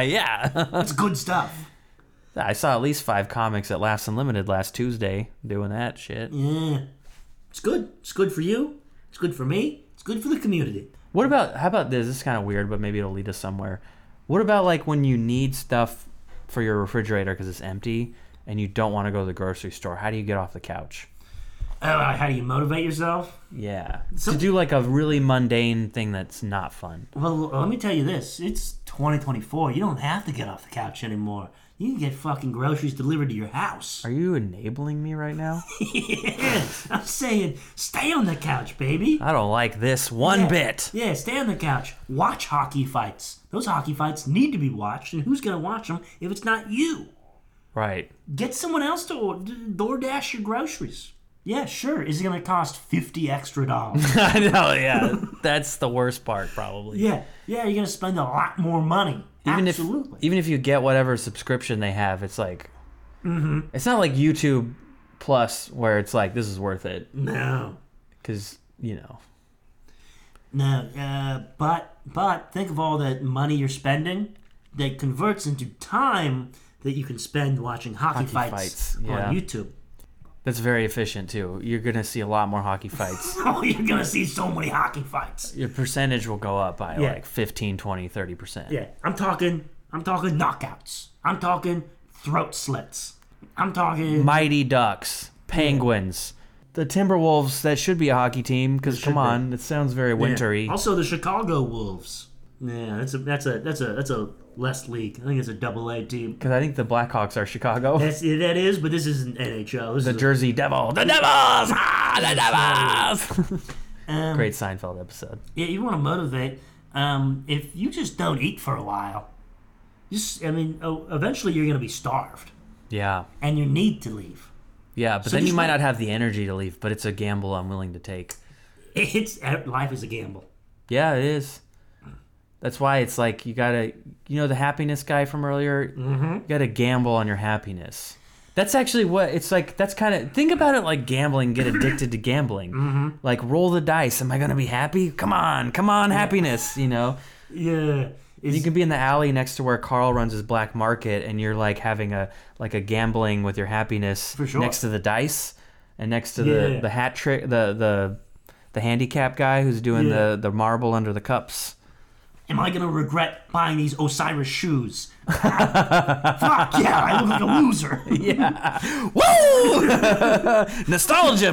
yeah,
That's good stuff.
I saw at least five comics at Laughs Unlimited last Tuesday doing that shit.
Yeah. It's good. It's good for you. It's good for me. It's good for the community.
What about how about this? This is kind of weird, but maybe it'll lead us somewhere. What about like when you need stuff for your refrigerator because it's empty and you don't want to go to the grocery store? How do you get off the couch?
Uh, how do you motivate yourself?
Yeah, to do like a really mundane thing that's not fun.
Well, let me tell you this. It's 2024. You don't have to get off the couch anymore. You can get fucking groceries delivered to your house.
Are you enabling me right now?
I'm saying, stay on the couch, baby.
I don't like this one
Yeah.
bit.
Yeah, stay on the couch. Watch hockey fights. Those hockey fights need to be watched, and who's going to watch them if it's not you?
Right.
Get someone else to or- DoorDash your groceries. Yeah, sure. Is it going to cost 50 extra dollars?
I know. Yeah, that's the worst part probably.
yeah, yeah, you're going to spend a lot more money.
even
Absolutely.
if e-, even if you get whatever subscription they have, it's like
Mm-hmm.
it's not like YouTube Plus where it's like this is worth it
Mm-hmm. no,
because you know
no. Uh, but, but think of all that money you're spending that converts into time that you can spend watching hockey,
Hockey
fights,
fights, yeah.
on YouTube.
that's very efficient too. You're gonna see a lot more hockey fights.
Oh, you're going to see so many hockey fights.
Your percentage will go up by
Yeah.
like 15, 20, 30 percent.
Yeah, I'm talking. I'm talking knockouts. I'm talking throat slits. I'm talking.
Mighty Ducks, Penguins, the Timberwolves. That should be a hockey team because come on, it sounds very wintry.
Also, the Chicago Wolves. Yeah, that's a that's a that's a that's a less league. I think it's a double A team.
Because I think the Blackhawks are Chicago.
That's yeah, that is, but this isn't NHL. This
the
is
Jersey Devil, the Devils, ah, the Devils.
um,
Great Seinfeld episode.
Yeah, you want to motivate. Um, if you just don't eat for a while, just I mean, oh, eventually you're gonna be starved
Yeah.
and you need to leave.
Yeah, but then you
just
might
like-
not have the energy to leave, but it's a gamble I'm willing to take.
It's uh, life is a gamble.
Yeah, it is. That's why it's like you gotta, you know, the happiness guy from earlier.
Mm-hmm.
You gotta gamble on your happiness. That's actually what it's like. That's kind of think about it like gambling. Get addicted to gambling.
Mm-hmm.
Like roll the dice. Am I gonna be happy? Come on, come on, happiness. You know,
Yeah.
you
Is,
can be in the alley next to where Carl runs his black market, and you're like having a like a gambling with your happiness
For sure.
next to the dice and next to
Yeah.
the the hat trick, the the the handicap guy who's doing the the marble under the cups.
am I gonna regret buying these Osiris shoes? Fuck yeah, I look like a loser.
Woo! Nostalgia,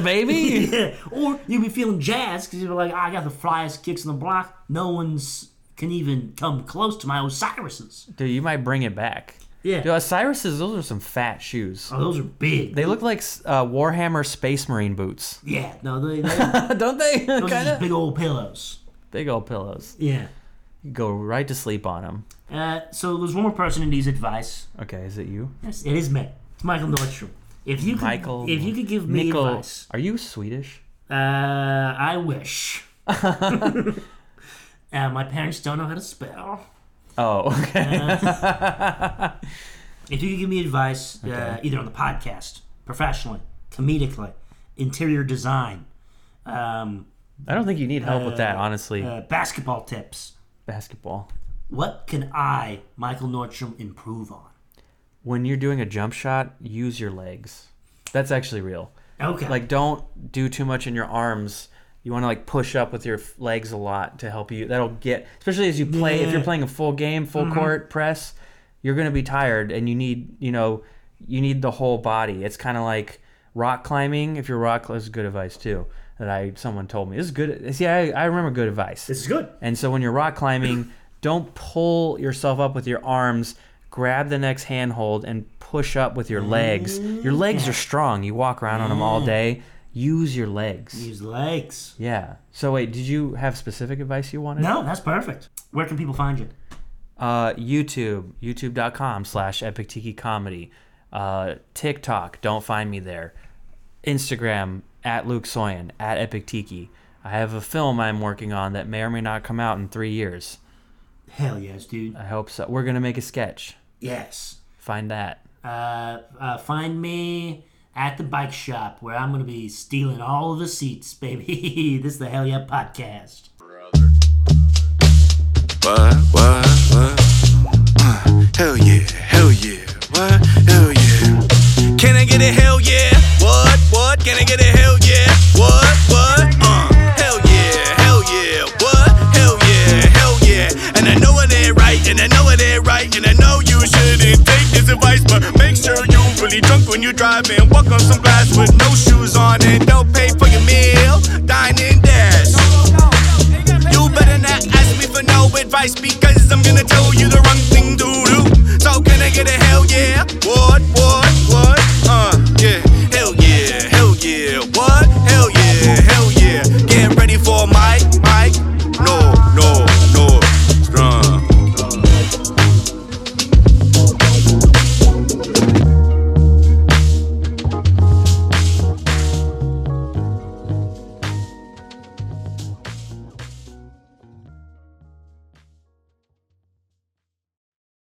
baby.
Yeah. Or you'll be feeling jazzed because you're like, "Ah, I got the flyest kicks on the block. No one's can even come close to my Osirises.
Dude, you might bring it back.
Yeah.
Dude, Osiris's, those are some fat shoes.
Oh, those are big.
They look like uh, Warhammer Space Marine boots,
yeah. No, they, they those
don't they?
are just
Kinda.
big old pillows.
Big old pillows.
Yeah.
You go right to sleep on them.
Uh, so there's one more person who needs advice.
Okay, is it you?
Yes, it is me. It's Michael Nordstrom. If you could,
Michael.
if you could give me
Mikkel,
advice,
Are you Swedish?
uh, I wish. uh, my parents don't know how to spell.
Oh, okay.
uh, If you could give me advice, uh, either on the podcast, professionally, comedically, interior design, um,
I don't think you need help with that,
Uh,
honestly.
uh, basketball tips.
Basketball.
What can I, Michael Nordstrom, improve on?
When you're doing a jump shot, use your legs. That's actually real.
Okay.
Like, don't do too much in your arms. You want to like push up with your f- legs a lot to help you. That'll get, especially as you play. If you're
Yeah. Mm-hmm.
playing a full game, full court press, you're gonna be tired, and you need, you know, you need the whole body. It's kind of like rock climbing. If you're rock, this is good advice too. That I someone told me. This is good. See, I, I remember good advice.
this is good.
And so when you're rock climbing, don't pull yourself up with your arms. Grab the next handhold and push up with your legs. Your legs are strong. You walk around on them all day. Use your legs.
Use legs.
Yeah. So wait, did you have specific advice you wanted?
No, that's perfect. Where can people find you?
Uh, YouTube, youtube.com slash epic tiki comedy. Uh, TikTok, don't find me there. Instagram, at Luke Soyan, at epic tiki. I have a film I'm working on that may or may not come out in three years.
Hell yes, dude.
I hope so. We're gonna make a sketch.
Yes.
Find that.
uh, uh, find me at the bike shop where I'm going to be stealing all the seats, baby. this is the Hell Yeah Podcast.
What, what, what? Uh, hell yeah, hell yeah, what, hell yeah. Can I get a hell yeah? What, what? Can I get a hell yeah? What, what? Uh, hell yeah, hell yeah, what? Hell yeah, hell yeah. And I know it ain't right, and I know it ain't right, and I know you shouldn't take this advice, but make sure you really drunk when you drive and walk on some glass with no shoes on and don't pay for your meal. Dine and dash. You better not ask me for no advice because I'm gonna tell you the wrong thing to do. So can I get a hell yeah? Whoa, Uh,